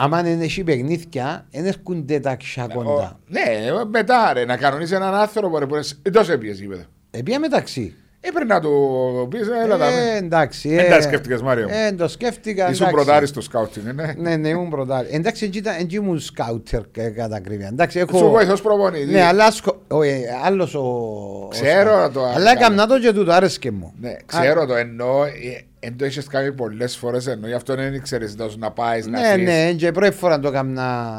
B: Άμα δεν έχει παιχνίδια, δεν έρχονται τα ξιά
A: Ο-
B: κοντά.
A: Ναι, ε, μετά ρε, να κανονίσει έναν άνθρωπο ρε, που είναι σ- εντός έπιες γήπεδο.
B: Επία μεταξύ.
A: Έπρεπε να του πεις, έλα τα
B: Ε,
A: με.
B: εντάξει. ε.
A: Εν τα σκέφτηκες, Μάριο μου.
B: Ε, εν το σκέφτηκα.
A: Ήσουν
B: εντάξει.
A: πρωτάρι στο σκάουτινγκ, ε, ναι.
B: Ναι, ναι, ήμουν πρωτάρι. Εντάξει, έτσι ήταν- έτσι ήμουν σκάουτερ ε, κατά ακρίβεια. Εντάξει,
A: Σου
B: έχω...
A: βοηθός προπονητή.
B: Ναι, αλλά σκο... ο, ε, άλλος ο...
A: Ξέρω
B: ο-
A: το
B: Αλλά
A: άλλο.
B: έκανα το και τούτο, άρεσκε μου.
A: Ναι, ξέρω το εννοώ, ε, εν το είχες κάνει πολλές φορές εννοώ, γι' αυτό δεν ήξερες να σου- να πάεις, να
B: Ναι,
A: φύγεις.
B: ναι, και πρώτη φορά το έκανα...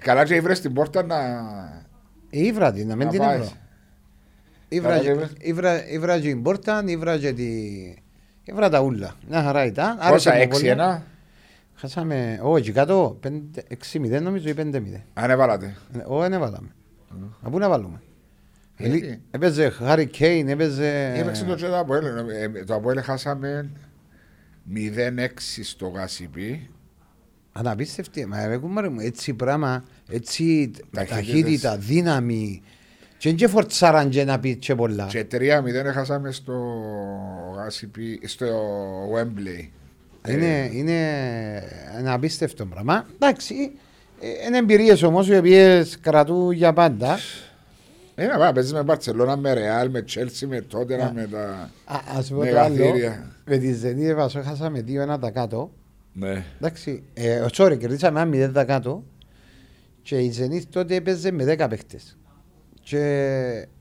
A: Καλά και ήβρες την πόρτα να...
B: Ε, Ήβρα την, να μην
A: Να
B: την
A: πάεις.
B: βρω.
A: Καλά και
B: Ήβρα-
A: βρες.
B: ήβρα- Ήβρα και την πόρτα, ήβρα και τη... Ήβρα τα ούλα. Μια χαρά ήταν. Άρεσε
A: Πόσα,
B: μου πολύ.
A: 6-1,
B: Χάσαμε, όχι κάτω, 6-0 νομίζω ή 5-0.
A: αν έβαλατε.
B: Ε, Όχι, δεν έβαλαμε. Να πού να βάλουμε.
A: Ε,
B: Λι-
A: ε.
B: Έπαιζε Χάρι Κέιν, έπαιζε...
A: Έπαιξε το τσέτα από ε, Το Αποέλ χάσαμε 0-6 στο Γασιπί.
B: Αναπίστευτη, μα ρε κουμάρε μου, έτσι πράγμα, έτσι
A: Ταχύτητες.
B: ταχύτητα, δύναμη. Και δεν φορτσάραν και να πει και πολλά.
A: Και 3-0 χάσαμε στο Γασιπί, στο Wembley. ε,
B: Είναι, είναι ένα απίστευτο πράγμα. Εντάξει, ε, είναι εμπειρίες όμως οι οποίες κρατούν για πάντα.
A: Ένα πράγμα, Ε, παίζεις με Μπαρτσελώνα, με Ρεάλ, με Τσέλσι, με Τότερα,
B: Α.
A: με τα...
B: Α, ας πω το άλλο,
A: Μεγαθύρια.
B: με τη Ζενίδε Βασό χάσαμε 2-1 τα κάτω.
A: Ναι.
B: Εντάξει, ε, sorry, κερδίσαμε ένα 0 τα κάτω και η Zenit τότε έπαιζε με 10 παίχτες. Και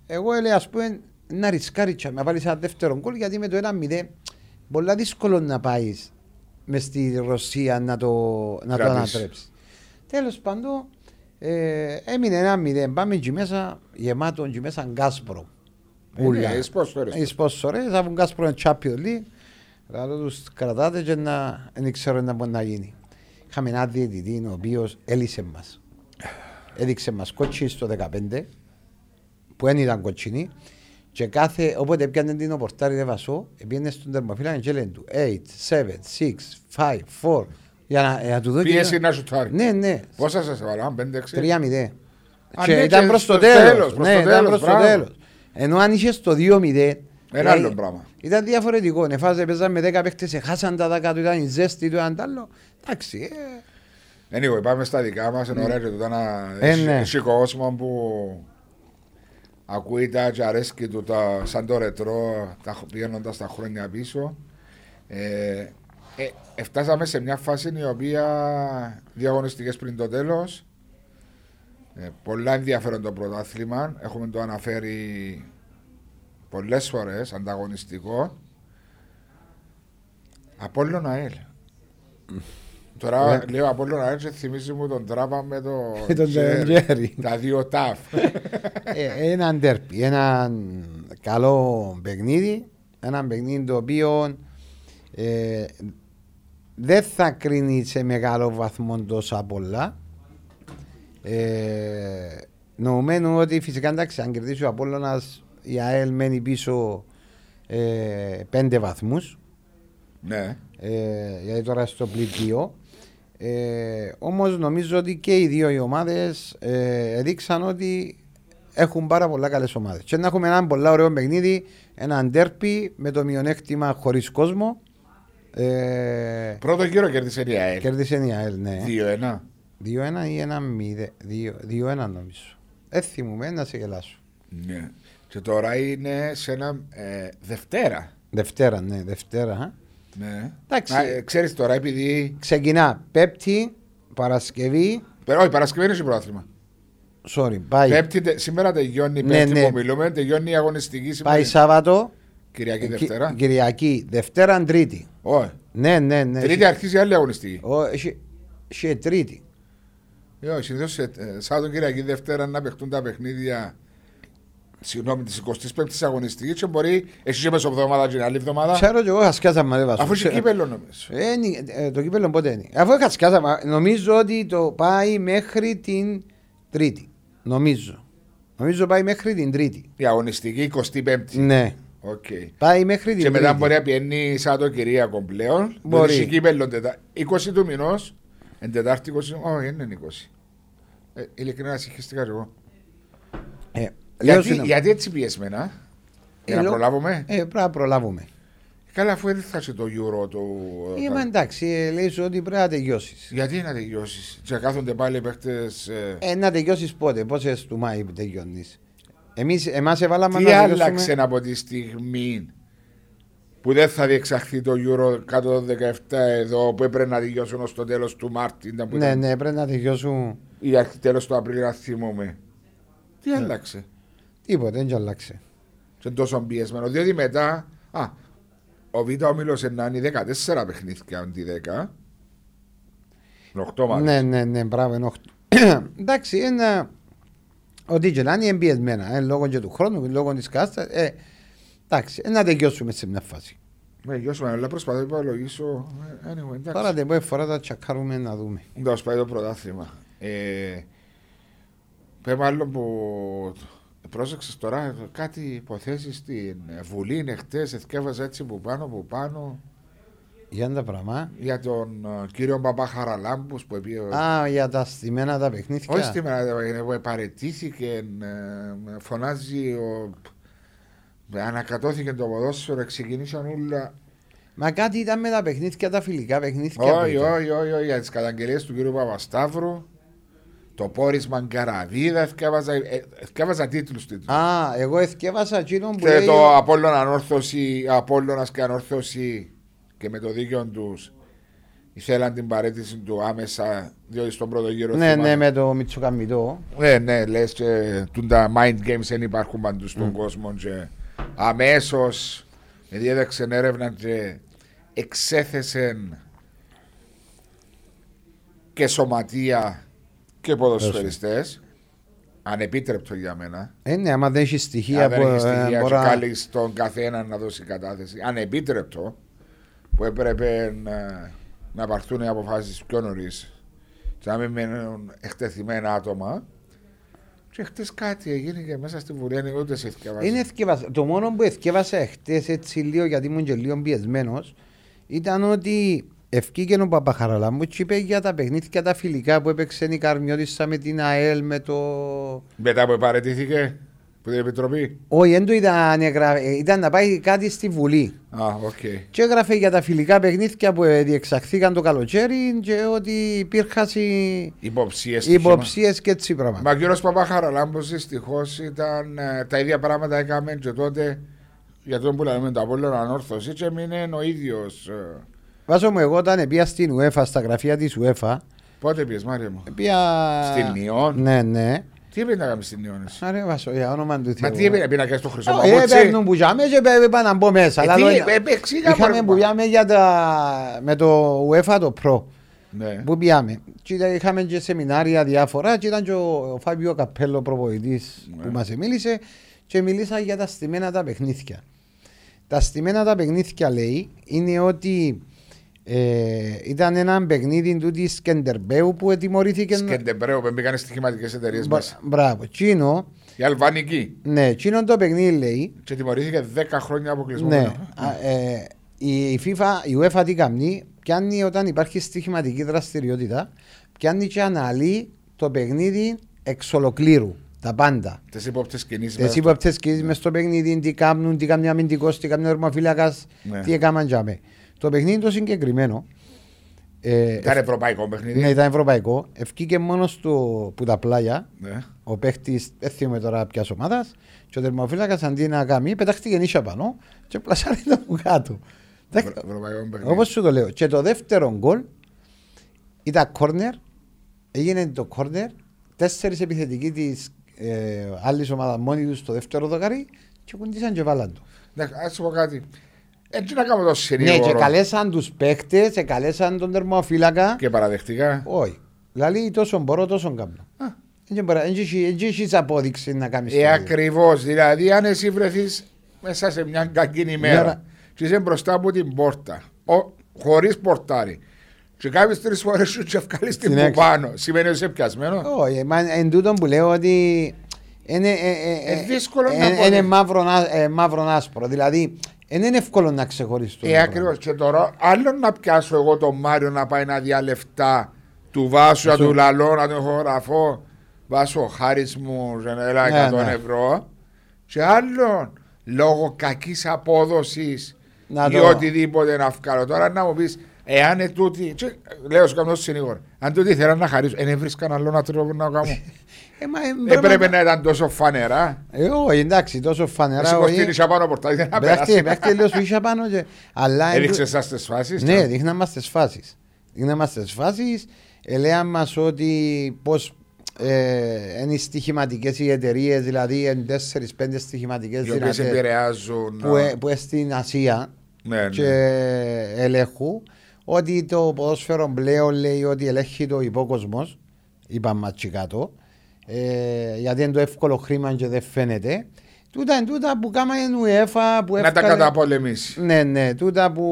B: εγώ έλεγα ας πούμε να ρισκάρεις και να βάλεις ένα δεύτερο γκολ γιατί με το 1-0 πολλά δύσκολο να πάεις μες στη Ρωσία να το, να το
A: Κρατήσεις.
B: ανατρέψεις. Τέλος πάντων ε, έμεινε ένα 0. Πάμε και μέσα γεμάτο και μέσα γκάσπρο. Ούλα.
A: Ε, πώς το
B: Οι σπόσορες θα βγουν Gazprom Champions League Λάλο τους κρατάτε και να δεν ξέρω να μπορεί να γίνει Είχαμε ένα διαιτητή ο οποίος έλυσε μας Έδειξε μας κότσινη στο 15 Που δεν ήταν κότσινη Και κάθε, όποτε έπιανε την οπορτάρι ρε βασό Επίενε στον τερμοφύλακα και λένε του 8, 7, 6, 5, 4 Για να, ε, να του δω και
A: Πίεση
B: ένα-
A: να σουτάρει.
B: Ναι, ναι,
A: Πόσα σας έβαλα, 5-6.
B: 3-0.
A: Α,
B: Και
A: ναι,
B: ήταν
A: και
B: προς το
A: στο
B: τέλος.
A: τέλος, προς
B: Ναι,
A: το
B: ήταν
A: τέλος,
B: προς το
A: μπράβο.
B: τέλος. Ενώ αν είχες το 2-0.
A: Ένα
B: δηλαδή,
A: άλλο πράγμα.
B: Ήταν διαφορετικό. Εφάζε, παίζαν με 10 παίχτες, έχασαν τα δάκα του, ήταν η ζέστη του, ήταν τ' άλλο. Εντάξει. ε,
A: Anyway, πάμε στα δικά μας, είναι ωραία και τούτα να...
B: Ναι. Ε, ναι.
A: Έχει κόσμο που ακούει τα και αρέσκει του τα, σαν το ρετρό, τα, χ- πηγαίνοντας τα χρόνια πίσω. Ε, ε, εφτάσαμε σε μια φάση η οποία δύο αγωνιστικές πριν το τέλος. Ε, πολλά ενδιαφέρον το πρωτάθλημα. Έχουμε το αναφέρει πολλές φορές, ανταγωνιστικό. Απόλλων ΑΕΛ. Τώρα λέω Απόλλων ΑΕΛ και θυμίζει μου τον τράπα με
B: Ε. Με
A: τον
B: τον Τζέρι.
A: Τα δύο τάφ.
B: ε, Έναν τέρπι, έναν καλό παιχνίδι. Έναν παιχνίδι το οποίο ε, δεν θα κρίνει σε μεγάλο βαθμό τόσα πολλά. Ε, νομμένου ότι φυσικά εντάξει, αν κερδίσει ο Απόλλωνας η ΑΕΛ μένει πίσω ε, πέντε βαθμούς
A: ναι.
B: ε, γιατί τώρα στο πλητείο. Ε, όμως νομίζω ότι και οι δύο οι ομάδες ε, δείξαν ότι έχουν πάρα πολλά καλές ομάδες. Και να έχουμε έναν πολλά ωραίο παιχνίδι, έναν τέρπι με το μειονέκτημα χωρίς κόσμο. Ε,
A: Πρώτο γύρο κέρδισε η ΑΕΛ.
B: κέρδισε η ΑΕΛ, ναι.
A: 2-1.
B: 2-1 ή 1-0. 2-1 νομίζω. Ε, θυμούμαι, να σε γελάσω.
A: Ναι. Και τώρα είναι σε ένα ε, Δευτέρα.
B: Δευτέρα, ναι, Δευτέρα.
A: Ναι.
B: Εντάξει.
A: Μα, ε, ξέρεις τώρα επειδή...
B: Ξεκινά Πέπτη, Παρασκευή,
A: Πε- Όχι, Παρασκευή είναι και πρωτάθλημα.
B: Sorry, πάει.
A: Πέμπτη, τε- σήμερα τελειώνει η
B: Ναι,
A: Πέμπτη
B: ναι.
A: που μιλούμε, τελειώνει η αγωνιστική
B: Πάει
A: σήμερα.
B: Ναι, Σάββατο.
A: Κυριακή
B: Ε, Κυ-
A: Δευτέρα.
B: Κυριακή, Δευτέρα, Τρίτη.
A: Όχι.
B: Ναι, ναι, ναι.
A: Τρίτη αρχίζει η άλλη αγωνιστική. Ε,
B: Ο- έχει- έχει Τρίτη.
A: Όχι, συνήθως Σάββατο Κυριακή Δευτέρα να παιχτούν τα παιχνίδια συγγνώμη, της 25η αγωνιστική και μπορεί εσύ και μεσοβδομάδα και την άλλη εβδομάδα.
B: Ξέρω και εγώ χασκιάζα μαζί βάζω.
A: Αφού είσαι κύπελο νομίζω.
B: Ε, είναι- ε, το κύπελο πότε είναι. Αφού είχα σκάσα, μα- νομίζω ότι το πάει μέχρι την Τρίτη. Νομίζω. Νομίζω πάει μέχρι την Τρίτη.
A: Η αγωνιστική 25η.
B: Ναι.
A: Οκ.
B: Πάει μέχρι την
A: Και μετά
B: Τρίτη.
A: μπορεί να πιένει σαν το Κυριακό πλέον.
B: Μπορεί.
A: Μπορεί. Είσαι κύπελο τετά- 20 του μηνός. Εν Τετάρτη 20. Όχι, δεν είναι 20. Ε, ειλικρινά συγχυστικά και εγώ.
B: Ε, λέω
A: Γιατί,
B: σου να-
A: γιατί έτσι πιεσμένα. Για να
B: λέω-
A: προλάβουμε.
B: Ε, πρέπει να προλάβουμε.
A: Καλά, αφού δεν θα είσαι το Euro του.
B: Ε, μα εντάξει, ε, λέει σου ότι πρέπει να τελειώσεις.
A: Γιατί να τελειώσεις. Και κάθονται πάλι οι παίχτε. Ε...
B: Ε, να τελειώσεις πότε, πόσες του Μάη τελειώνεις. Εμείς εμάς έβαλαμε
A: Τι
B: να τελειώσουμε.
A: άλλαξε από τη στιγμή που δεν θα διεξαχθεί το Euro κάτω των 17 εδώ που έπρεπε να τελειώσουν ως το τέλος του Μάρτιν. ήταν που
B: Ναι,
A: ήταν-
B: ναι, πρέπει να τελειώσουν.
A: Ή τέλο του Απρίλιο, να θυμούμε.
B: Ναι.
A: Τι άλλαξε.
B: Τίποτε, δεν άλλαξε.
A: Και τόσο πιεσμένο. Διότι μετά. Α, ο Β' ομίλο να είναι 14 παιχνίδια αντί 10. 8 μάλλον.
B: Ναι, ναι, ναι, μπράβο, ενώ. Εντάξει, ένα. Ο Ντίτζελαν είναι πιεσμένα. Ε, λόγω και του χρόνου, λόγω της κάστας. Ε, εντάξει, ε, να τελειώσουμε σε μια φάση.
A: Με γιώσουμε, Ε, αλλά προσπαθώ να υπολογίσω. Ε, Anyway, εντάξει.
B: Τώρα την πρώτη φορά θα τσακάρουμε να δούμε.
A: Να σου πάει το πρωτάθλημα. Ε, πέ μάλλον που πρόσεξες τώρα κάτι υποθέσεις στην Βουλή είναι χτες. Εθιέβαζα έτσι που πάνω που πάνω
B: Για τα πράγμα.
A: για τον ε, κύριο Παπαχαραλάμπου που επί...
B: Α, για τα στημένα τα παιχνίδια.
A: Ε. Όχι στη μέρα, ε, που επαρετήθηκε, ε, φωνάζει ο. Ανακατώθηκε το ποδόσφαιρο, ξεκινήσαν όλα.
B: Μα κάτι ήταν με τα παιχνίδια, τα φιλικά παιχνίδια. που
A: Όχι,
B: ήταν.
A: όχι, όχι, όχι, για τις καταγγελίες του κύριου Παπασταύρου. Το πόρισμα Γκαραβίδα, εθκάβαζα, ε, εθκάβαζα τίτλους τίτλους.
B: Α, εγώ εθκεύασα εκείνον που
A: Και
B: λέει...
A: Ε, το Απόλλων Ανόρθωση, Απόλλωνας και Ανόρθωση και με το δίκιο τους ήθελαν την παρέτηση του άμεσα, διότι στον πρώτο γύρο.
B: Ναι,
A: θυμάμαι.
B: ναι, με το Μητσοκαμιτό.
A: Ναι, ναι, λες και τούντα mind games δεν υπάρχουν παντού στον κόσμο. Και αμέσως διέδεξε έρευνα και εξέθεσε και σωματεία και ποδοσφαιριστές. Ανεπίτρεπτο για μένα.
B: Ε, ναι, άμα δεν έχεις στοιχεία
A: Αν δεν
B: που,
A: έχεις
B: ε,
A: στοιχεία
B: μπορώ
A: και
B: να-
A: καλεί στον καθένα να δώσει κατάθεση. Ανεπίτρεπτο που έπρεπε να, να πάρθουν οι αποφάσεις πιο νωρίς. Και να μην μένουν εκτεθειμένα άτομα. Και χτες κάτι έγινε και μέσα στη Βουλή είναι ούτε σε θυκευάζει.
B: Είναι εθκεύασα. Το μόνο που εθκεύασα χτες έτσι λίγο γιατί ήμουν και λίγο πιεσμένος ήταν ότι ευκήκε ο Παπαχαραλάμπου και είπε για τα παιχνίδια τα φιλικά που έπαιξε η Καρμιώτησα με την ΑΕΛ με το.
A: Μετά που παρετήθηκε που την Επιτροπή.
B: Όχι, δεν το ήταν, εγγρα- ε, ήταν να πάει κάτι στη Βουλή.
A: Α, οκ.
B: Και έγραφε για τα φιλικά παιχνίδια που ε, διεξαχθήκαν το καλοκαίρι και ότι υπήρχαν
A: Υποψίε.
B: υποψίες και έτσι πράγματα.
A: Μα ο κύριος Παπαχαραλάμπος δυστυχώς ήταν ε, τα ίδια πράγματα έκαμε και τότε για τον που λέμε το Απόλλων Ανόρθωσης και έμεινε ο ε, ίδιο.
B: Βάζω μου, εγώ όταν πήγα στην UEFA, στα γραφεία της UEFA,
A: Πότε πήγε, Μάριο μου.
B: πήγα.
A: Στην Ιόν.
B: Ναι, ναι.
A: Τι έπρεπε να κάνεις στην Ιόν. εσύ?
B: Άρε βάσο, για όνομα του Θεού.
A: Μα τι έπρεπε να κάνει στο Χρυσό
B: Ε, Έπαιρνουν
A: Παπούτσι.
B: που γιάμε και έπρεπε να μπω μέσα.
A: Ε,
B: Αλλά
A: τι,
B: λέω,
A: ε, ε, εξήγα,
B: Είχαμε
A: μωρέ,
B: που
A: μα.
B: γιάμε για τα... με το UEFA το Pro.
A: Ναι.
B: Που πιάμε. Και ήταν- Είχαμε και σεμινάρια διάφορα και ήταν και ο ο Φάβιο Καπέλο προπονητής
A: Ναι.
B: που μας μίλησε και μιλήσα για τα στημένα τα παιχνίδια. Τα στημένα τα παιχνίδια λέει είναι ότι ε, ήταν ένα παιχνίδι του της Κεντερμπέου που ετοιμωρήθηκε.
A: Σκεντεμπρέο, που μπήκαν στοιχηματικέ εταιρείες
B: Μπρα-
A: μέσα.
B: Μπράβο. Τσίνο,
A: Η Αλβανική.
B: ναι, τσίνο το παιχνίδι λέει
A: Και τιμωρήθηκε 10 χρόνια αποκλεισμό.
B: Ναι. Α, ε, η, η FIFA, η UEFA τι κάνει, πιάνει όταν υπάρχει στοιχηματική δραστηριότητα, πιάνει και αναλύει το παιχνίδι εξ ολοκλήρου. Τα πάντα.
A: Τις ύποπτες κινήσεις.
B: Τις ύποπτες κινήσεις με στο παιχνίδι, τι κάνουν, τι κάνει αμυντικός, τι κάνει ο ορμοφύλακας,
A: Ναι.
B: τι έκαναν τζάμε. Το παιχνίδι το συγκεκριμένο. ε,
A: Ήταν
B: ευ-
A: ευρωπαϊκό παιχνίδι.
B: ναι, ήταν ευρωπαϊκό. Ευκήκε μόνος του που τα πλάγια
A: Ναι.
B: ο παίχτης, δεν θυμούμαι τώρα ποιας ομάδας, και ο τερμοφύλακα αντί να κάνει, πετάχτηκε νύχια πάνω και πλασάρει το από κάτω.
A: Ευρω- Ευρωπαϊκό παιχνίδι.
B: Όπως σου το λέω. Και το δεύτερο γκολ ήταν κόρνερ, έγινε το κόρνερ τέσσερις επιθετικοί της ε, άλλης ομάδας μόνοι τους στο δεύτερο δοκάρι και κουντήσαν και βάλαν του.
A: Ναι, ας σου πω κάτι. Έτσι να κάνω το
B: Ναι,
A: συνήγορο.
B: και καλέσαν τους παίκτες, και καλέσαν τον τερμοφύλακα.
A: Και παραδεκτικά.
B: Όχι. Δηλαδή τόσο μπορώ, τόσο κάνω.
A: Α.
B: Δεν έχεις απόδειξη να κάνεις.
A: Ε, ακριβώς. Δηλαδή, αν εσύ βρεθείς μέσα σε μια κακή ημέρα
B: Μέρα.
A: και είσαι μπροστά από την πόρτα, χωρίς πορτάρι, και κάποιε τρεις φορές σου τσεφκαλεί την
B: Στην
A: που
B: έξω.
A: πάνω, σημαίνει ότι είσαι πιασμένος.
B: Όχι, μα εν τούτο που λέω ότι είναι, ε, ε, ε,
A: Ε, δύσκολο να
B: ε,
A: αποδείξεις.
B: είναι μαύρον α- ε, μαύρον άσπρο. Δηλαδή, δεν είναι εύκολο να ξεχωριστούν.
A: Ε, ακριβώς. Και τώρα, άλλο να πιάσω εγώ τον Μάριο να πάει να διά λεφτά του Βάσου, να
B: Σου.
A: του λαλώ, να τον χωραφώ. Βάσου, χάρη μου, ζεν, έλα
B: Ναι,
A: 100
B: ναι.
A: ευρώ. Και άλλον, λόγω κακής απόδοσης
B: Να
A: ή
B: το-
A: οτιδήποτε να βγάλω. Τώρα να μου πεις, εάν ετούτη. Και, λέω σου κάνω συνήγορο, αν τούτη ήθελα να χαρίσω, δεν έβρισκα άλλο να τρόπο να κάνω.
B: Ε, μα, ε,
A: Δεν
B: πρέπει
A: πρέπει να ήταν τόσο φανερά.
B: Ε, όχι, εντάξει, τόσο
A: Εσύ
B: φανερά. όχι.
A: κοστίζεις πάνω πορτάκι, δεν θα
B: Μπράχτε,
A: περάσει.
B: μπράχτε, λέω σου ίσια πάνω. και- Αλλά εν τού-
A: Έριξε εσάς τις φάσεις.
B: Ναι, δείχναμε στις φάσεις. Δείχναμε στις φάσεις, ελέγχαμε μας ότι πώς ε, είναι οι στοιχηματικές οι εταιρείες, δηλαδή είναι τέσσερις-πέντε στοιχηματικές
A: Οι οποίες
B: δυνατές
A: επηρεάζουν. ναι.
B: που,
A: α,
B: ε, που είναι στην Ασία
A: Ναι, ναι.
B: και ελέγχου ότι το ποδόσφαιρο πλέον λέει ότι ελέγχει το υπόκοσμος είπαμε μάτσι κάτω ε, γιατί είναι το εύκολο χρήμα και δεν φαίνεται τούτα είναι τούτα που κάμανε UEFA που
A: να τα
B: έφκαλε-
A: καταπολεμήσει.
B: ναι, ναι, τούτα που,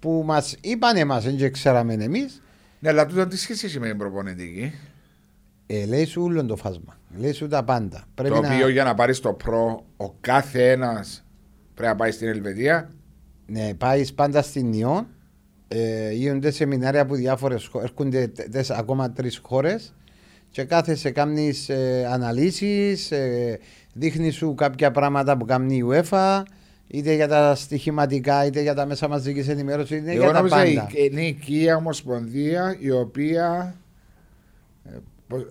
B: που μας είπαν εμάς, δεν και ξέραμε εμείς,
A: Ναι, αλλά τούτο τι σχέση έχει με την προπονητική.
B: ε, λέει σου όλο το φάσμα. Λέει σου τα πάντα. Πρέπει
A: το
B: να.
A: οποίο για να πάρεις το προ, ο κάθε ένας πρέπει να πάει στην Ελβετία.
B: Ναι, πάεις πάντα στην Νιόν. Ε, γίνονται σεμινάρια από διάφορε χώρε. Έρχονται τε- τες- ακόμα τρεις χώρες. Και κάθεσαι, κάνεις ε, αναλύσεις, ε, δείχνεις σου κάποια πράγματα που κάνει η UEFA, είτε για τα στοιχηματικά, είτε για τα μέσα μαζικής ενημέρωσης, είτε
A: Εγώ
B: Ναι, για τα
A: νόμιζα η-
B: πάντα.
A: είναι η Kia Ομοσπονδία η οποία. ε, πώς-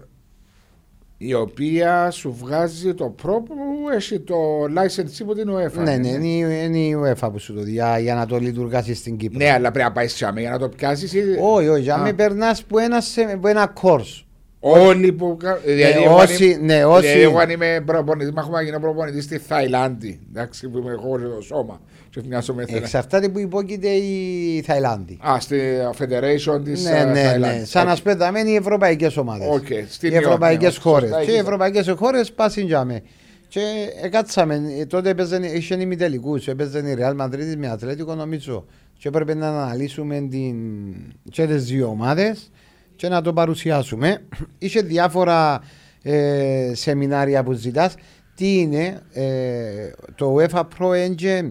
A: η οποία σου βγάζει το προ που έχει το license από την UEFA.
B: Ναι, ναι, είναι, η- είναι η UEFA που σου το δει για, για να το λειτουργάσει στην Κύπρο.
A: Ναι, αλλά πρέπει να πάει σε για να το πιάσεις.
B: Όχι, όχι, αν
A: Α.
B: μην περνάς που ένας, σε- που ένα course.
A: Όλοι που. κα- Δηλαδή, εγώ αν
B: ε, όσοι-
A: είμαι-
B: ναι,
A: δηλαδή,
B: όσοι-
A: εγώ αν είμαι προπονητής, μα έχουμε να γίνω προπονητής στη Θαϊλάνδη. Εντάξει, που είμαι χώρο το σώμα. Και μοιάζω με θένα.
B: Εξαρτάται που υπόκειται η Θαϊλάνδη.
A: Α, στη Federation ε, της
B: Ναι, ναι, ναι. Σαν να σπέταμε οι ευρωπαϊκές ομάδες.
A: Οκ, στην
B: Οι ευρωπαϊκέ
A: Ιόνια,
B: χώρες.
A: σωστά,
B: Και οι
A: εκεί.
B: ευρωπαϊκές χώρες πάσιντζαμε. Και ε, κάτσαμε. Ε, Τότε έπαιζαν, είχε ημιτελικού. Έπαιζε η Real Madrid με Ατλέτικο, νομίζω. Και έπρεπε να αναλύσουμε την... και τις δύο ομάδες και να το παρουσιάσουμε. Είχε διάφορα ε, σεμινάρια που ζητάς. Τι είναι ε, το UEFA Pro Engine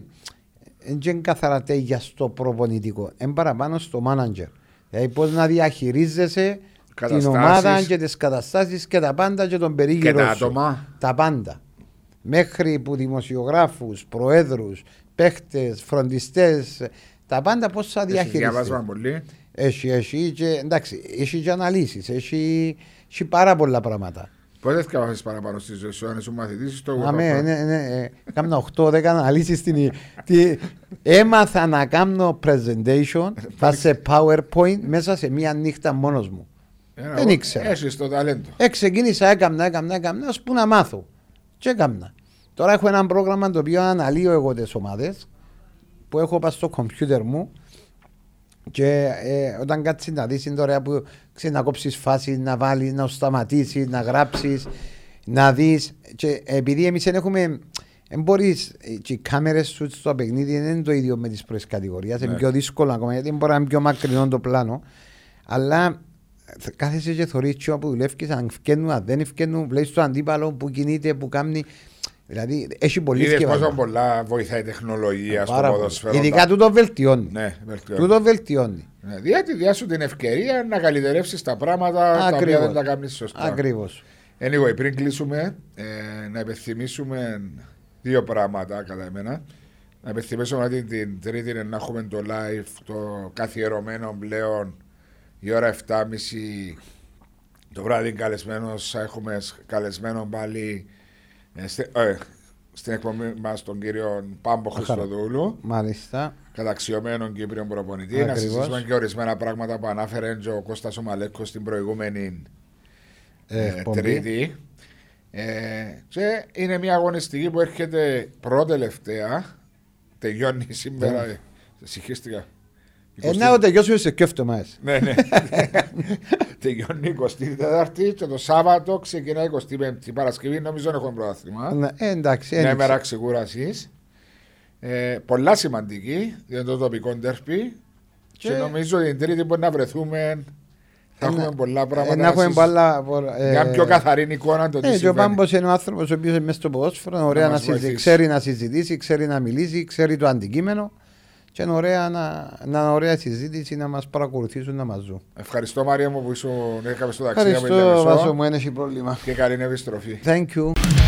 B: δεν είναι καθαρά τέγια στο προπονητικό. Είναι παραπάνω στο manager. Δηλαδή πώς να διαχειρίζεσαι την
A: Καταστάσεις.
B: ομάδα και τις καταστάσεις και τα πάντα και τον περίγυρο.
A: Και τα
B: σου.
A: άτομα.
B: Τα πάντα. Μέχρι που δημοσιογράφους, προέδρους, παίχτες, φροντιστές, τα πάντα πώς θα
A: Έχεις διαβάσμα
B: διαχειρίζεσαι.
A: πολύ.
B: Έχει, έχει και, εντάξει, έχει και αναλύσεις, έχει, έχει πάρα πολλά πράγματα.
A: Πότε διαβάσει παραπάνω στη ζωή σου, αν είσαι μαθητή, στο εγώ.
B: Αμέ, ναι, ναι, ε, κάμνα 8-10 αναλύσεις την... τη- Έμαθα να κάνω presentation, θα σε powerpoint μέσα σε μία νύχτα μόνος μου.
A: Ε,
B: δεν ήξερα.
A: Έχεις το ταλέντο.
B: Ε, ξεκίνησα, έκαμνα, έκαμνα, έκαμνα, ας που να μάθω. Και έκαμνα. Τώρα έχω ένα πρόγραμμα το οποίο αναλύω εγώ τις ομάδες, που έχω πάει στο κομπιούτερ μου και ε, όταν κάτσεις να δεις είναι τώρα που ξέρεις να κόψεις φάση, να βάλεις, να σταματήσεις, να γράψεις, να δεις και επειδή εμείς δεν έχουμε δεν μπορείς, ε, και οι κάμερες σου στο παιχνίδι δεν είναι το ίδιο με τις πρώτες κατηγορίες, είναι
A: Ναι.
B: πιο δύσκολο ακόμα γιατί μπορεί να είναι πιο μακρινό το πλάνο αλλά θε- κάθεσαι και θωρείς τσιό που δουλεύεις, αν φκένουν, αν δεν φκένουν, βλέπεις το αντίπαλο που κινείται, που κάνει δηλαδή έχει πολύ
A: Είδες
B: σκευάσμα.
A: πόσο πολλά βοηθάει η τεχνολογία στο
B: Πάρα πολύ.
A: ποδοσφαίρο.
B: Ειδικά τούτο βελτιώνει.
A: Ναι, βελτιώνει.
B: Τούτο βελτιώνει.
A: Ναι, διότι διάσου την ευκαιρία να καλυτερεύσεις τα πράγματα τα οποία δεν τα κάνεις σωστά.
B: Ακριβώς.
A: Anyway, πριν κλείσουμε, ε, να υπενθυμίσουμε δύο πράγματα κατά εμένα. Να υπενθυμίσουμε ότι την Τρίτη να έχουμε το live, το καθιερωμένο πλέον η ώρα 7.30 το βράδυ καλεσμένος, θα έχουμε σ- καλεσμένο πάλι ε, στε- ε, στην εκπομπή μας τον κύριο Πάμπο Χριστοδούλου
B: Μάλιστα.
A: καταξιωμένων Κύπριων προπονητή. Να
B: Ακριβώς.
A: συζητήσουμε και ορισμένα πράγματα που ανάφερε και ο Κώστας ο Μαλέκος στην προηγούμενη
B: ε,
A: ε,
B: εκπομπή.
A: Τρίτη. Ε, και είναι μια αγωνιστική που έρχεται πρώτη-τελευταία. Τελειώνει σήμερα. ε, Συγχύστηκα.
B: Ναι. Ε, να ο τελειώσουμε σε κέφτο μα.
A: Ναι, ναι. Τελειώνει 24η και το Σάββατο ξεκινάει 25η. Παρασκευή νομίζω έχουμε πρωτάθλημα.
B: Ε, εντάξει,
A: Μια
B: ένοιξε.
A: μέρα ξεκούρασης. Ε, πολλά σημαντική για το τοπικό ντέρπι. Και...
B: Και-
A: νομίζω την Τρίτη μπορεί να βρεθούμε. Θα
B: Ένα-
A: έχουμε πολλά
B: Ε,
A: πράγματα.
B: να έχουμε
A: συζη-
B: πολλά. πολλά, ε,
A: Μια πιο καθαρή εικόνα το τι
B: Ε, και ο
A: συμβαίνει.
B: Πάμπος είναι ο άνθρωπος ο οποίος μέσα στο ποδόσφαιρο ωραία
A: Να
B: να
A: μας
B: συζη-
A: βοηθήσει.
B: ξέρει να συζητήσει, ξέρει να μιλήσει, ξέρει το αντικείμενο και είναι ωραία να, να είναι ωραία συζήτηση να μας παρακολουθήσουν να μας δουν.
A: Ευχαριστώ Μαρία μου που ήσουν έκαμε στο ταξίδι από την
B: Ευχαριστώ,
A: Λεμεσό
B: Βάσο μου, δεν έχει πρόβλημα.
A: και καλή επιστροφή.
B: Thank you.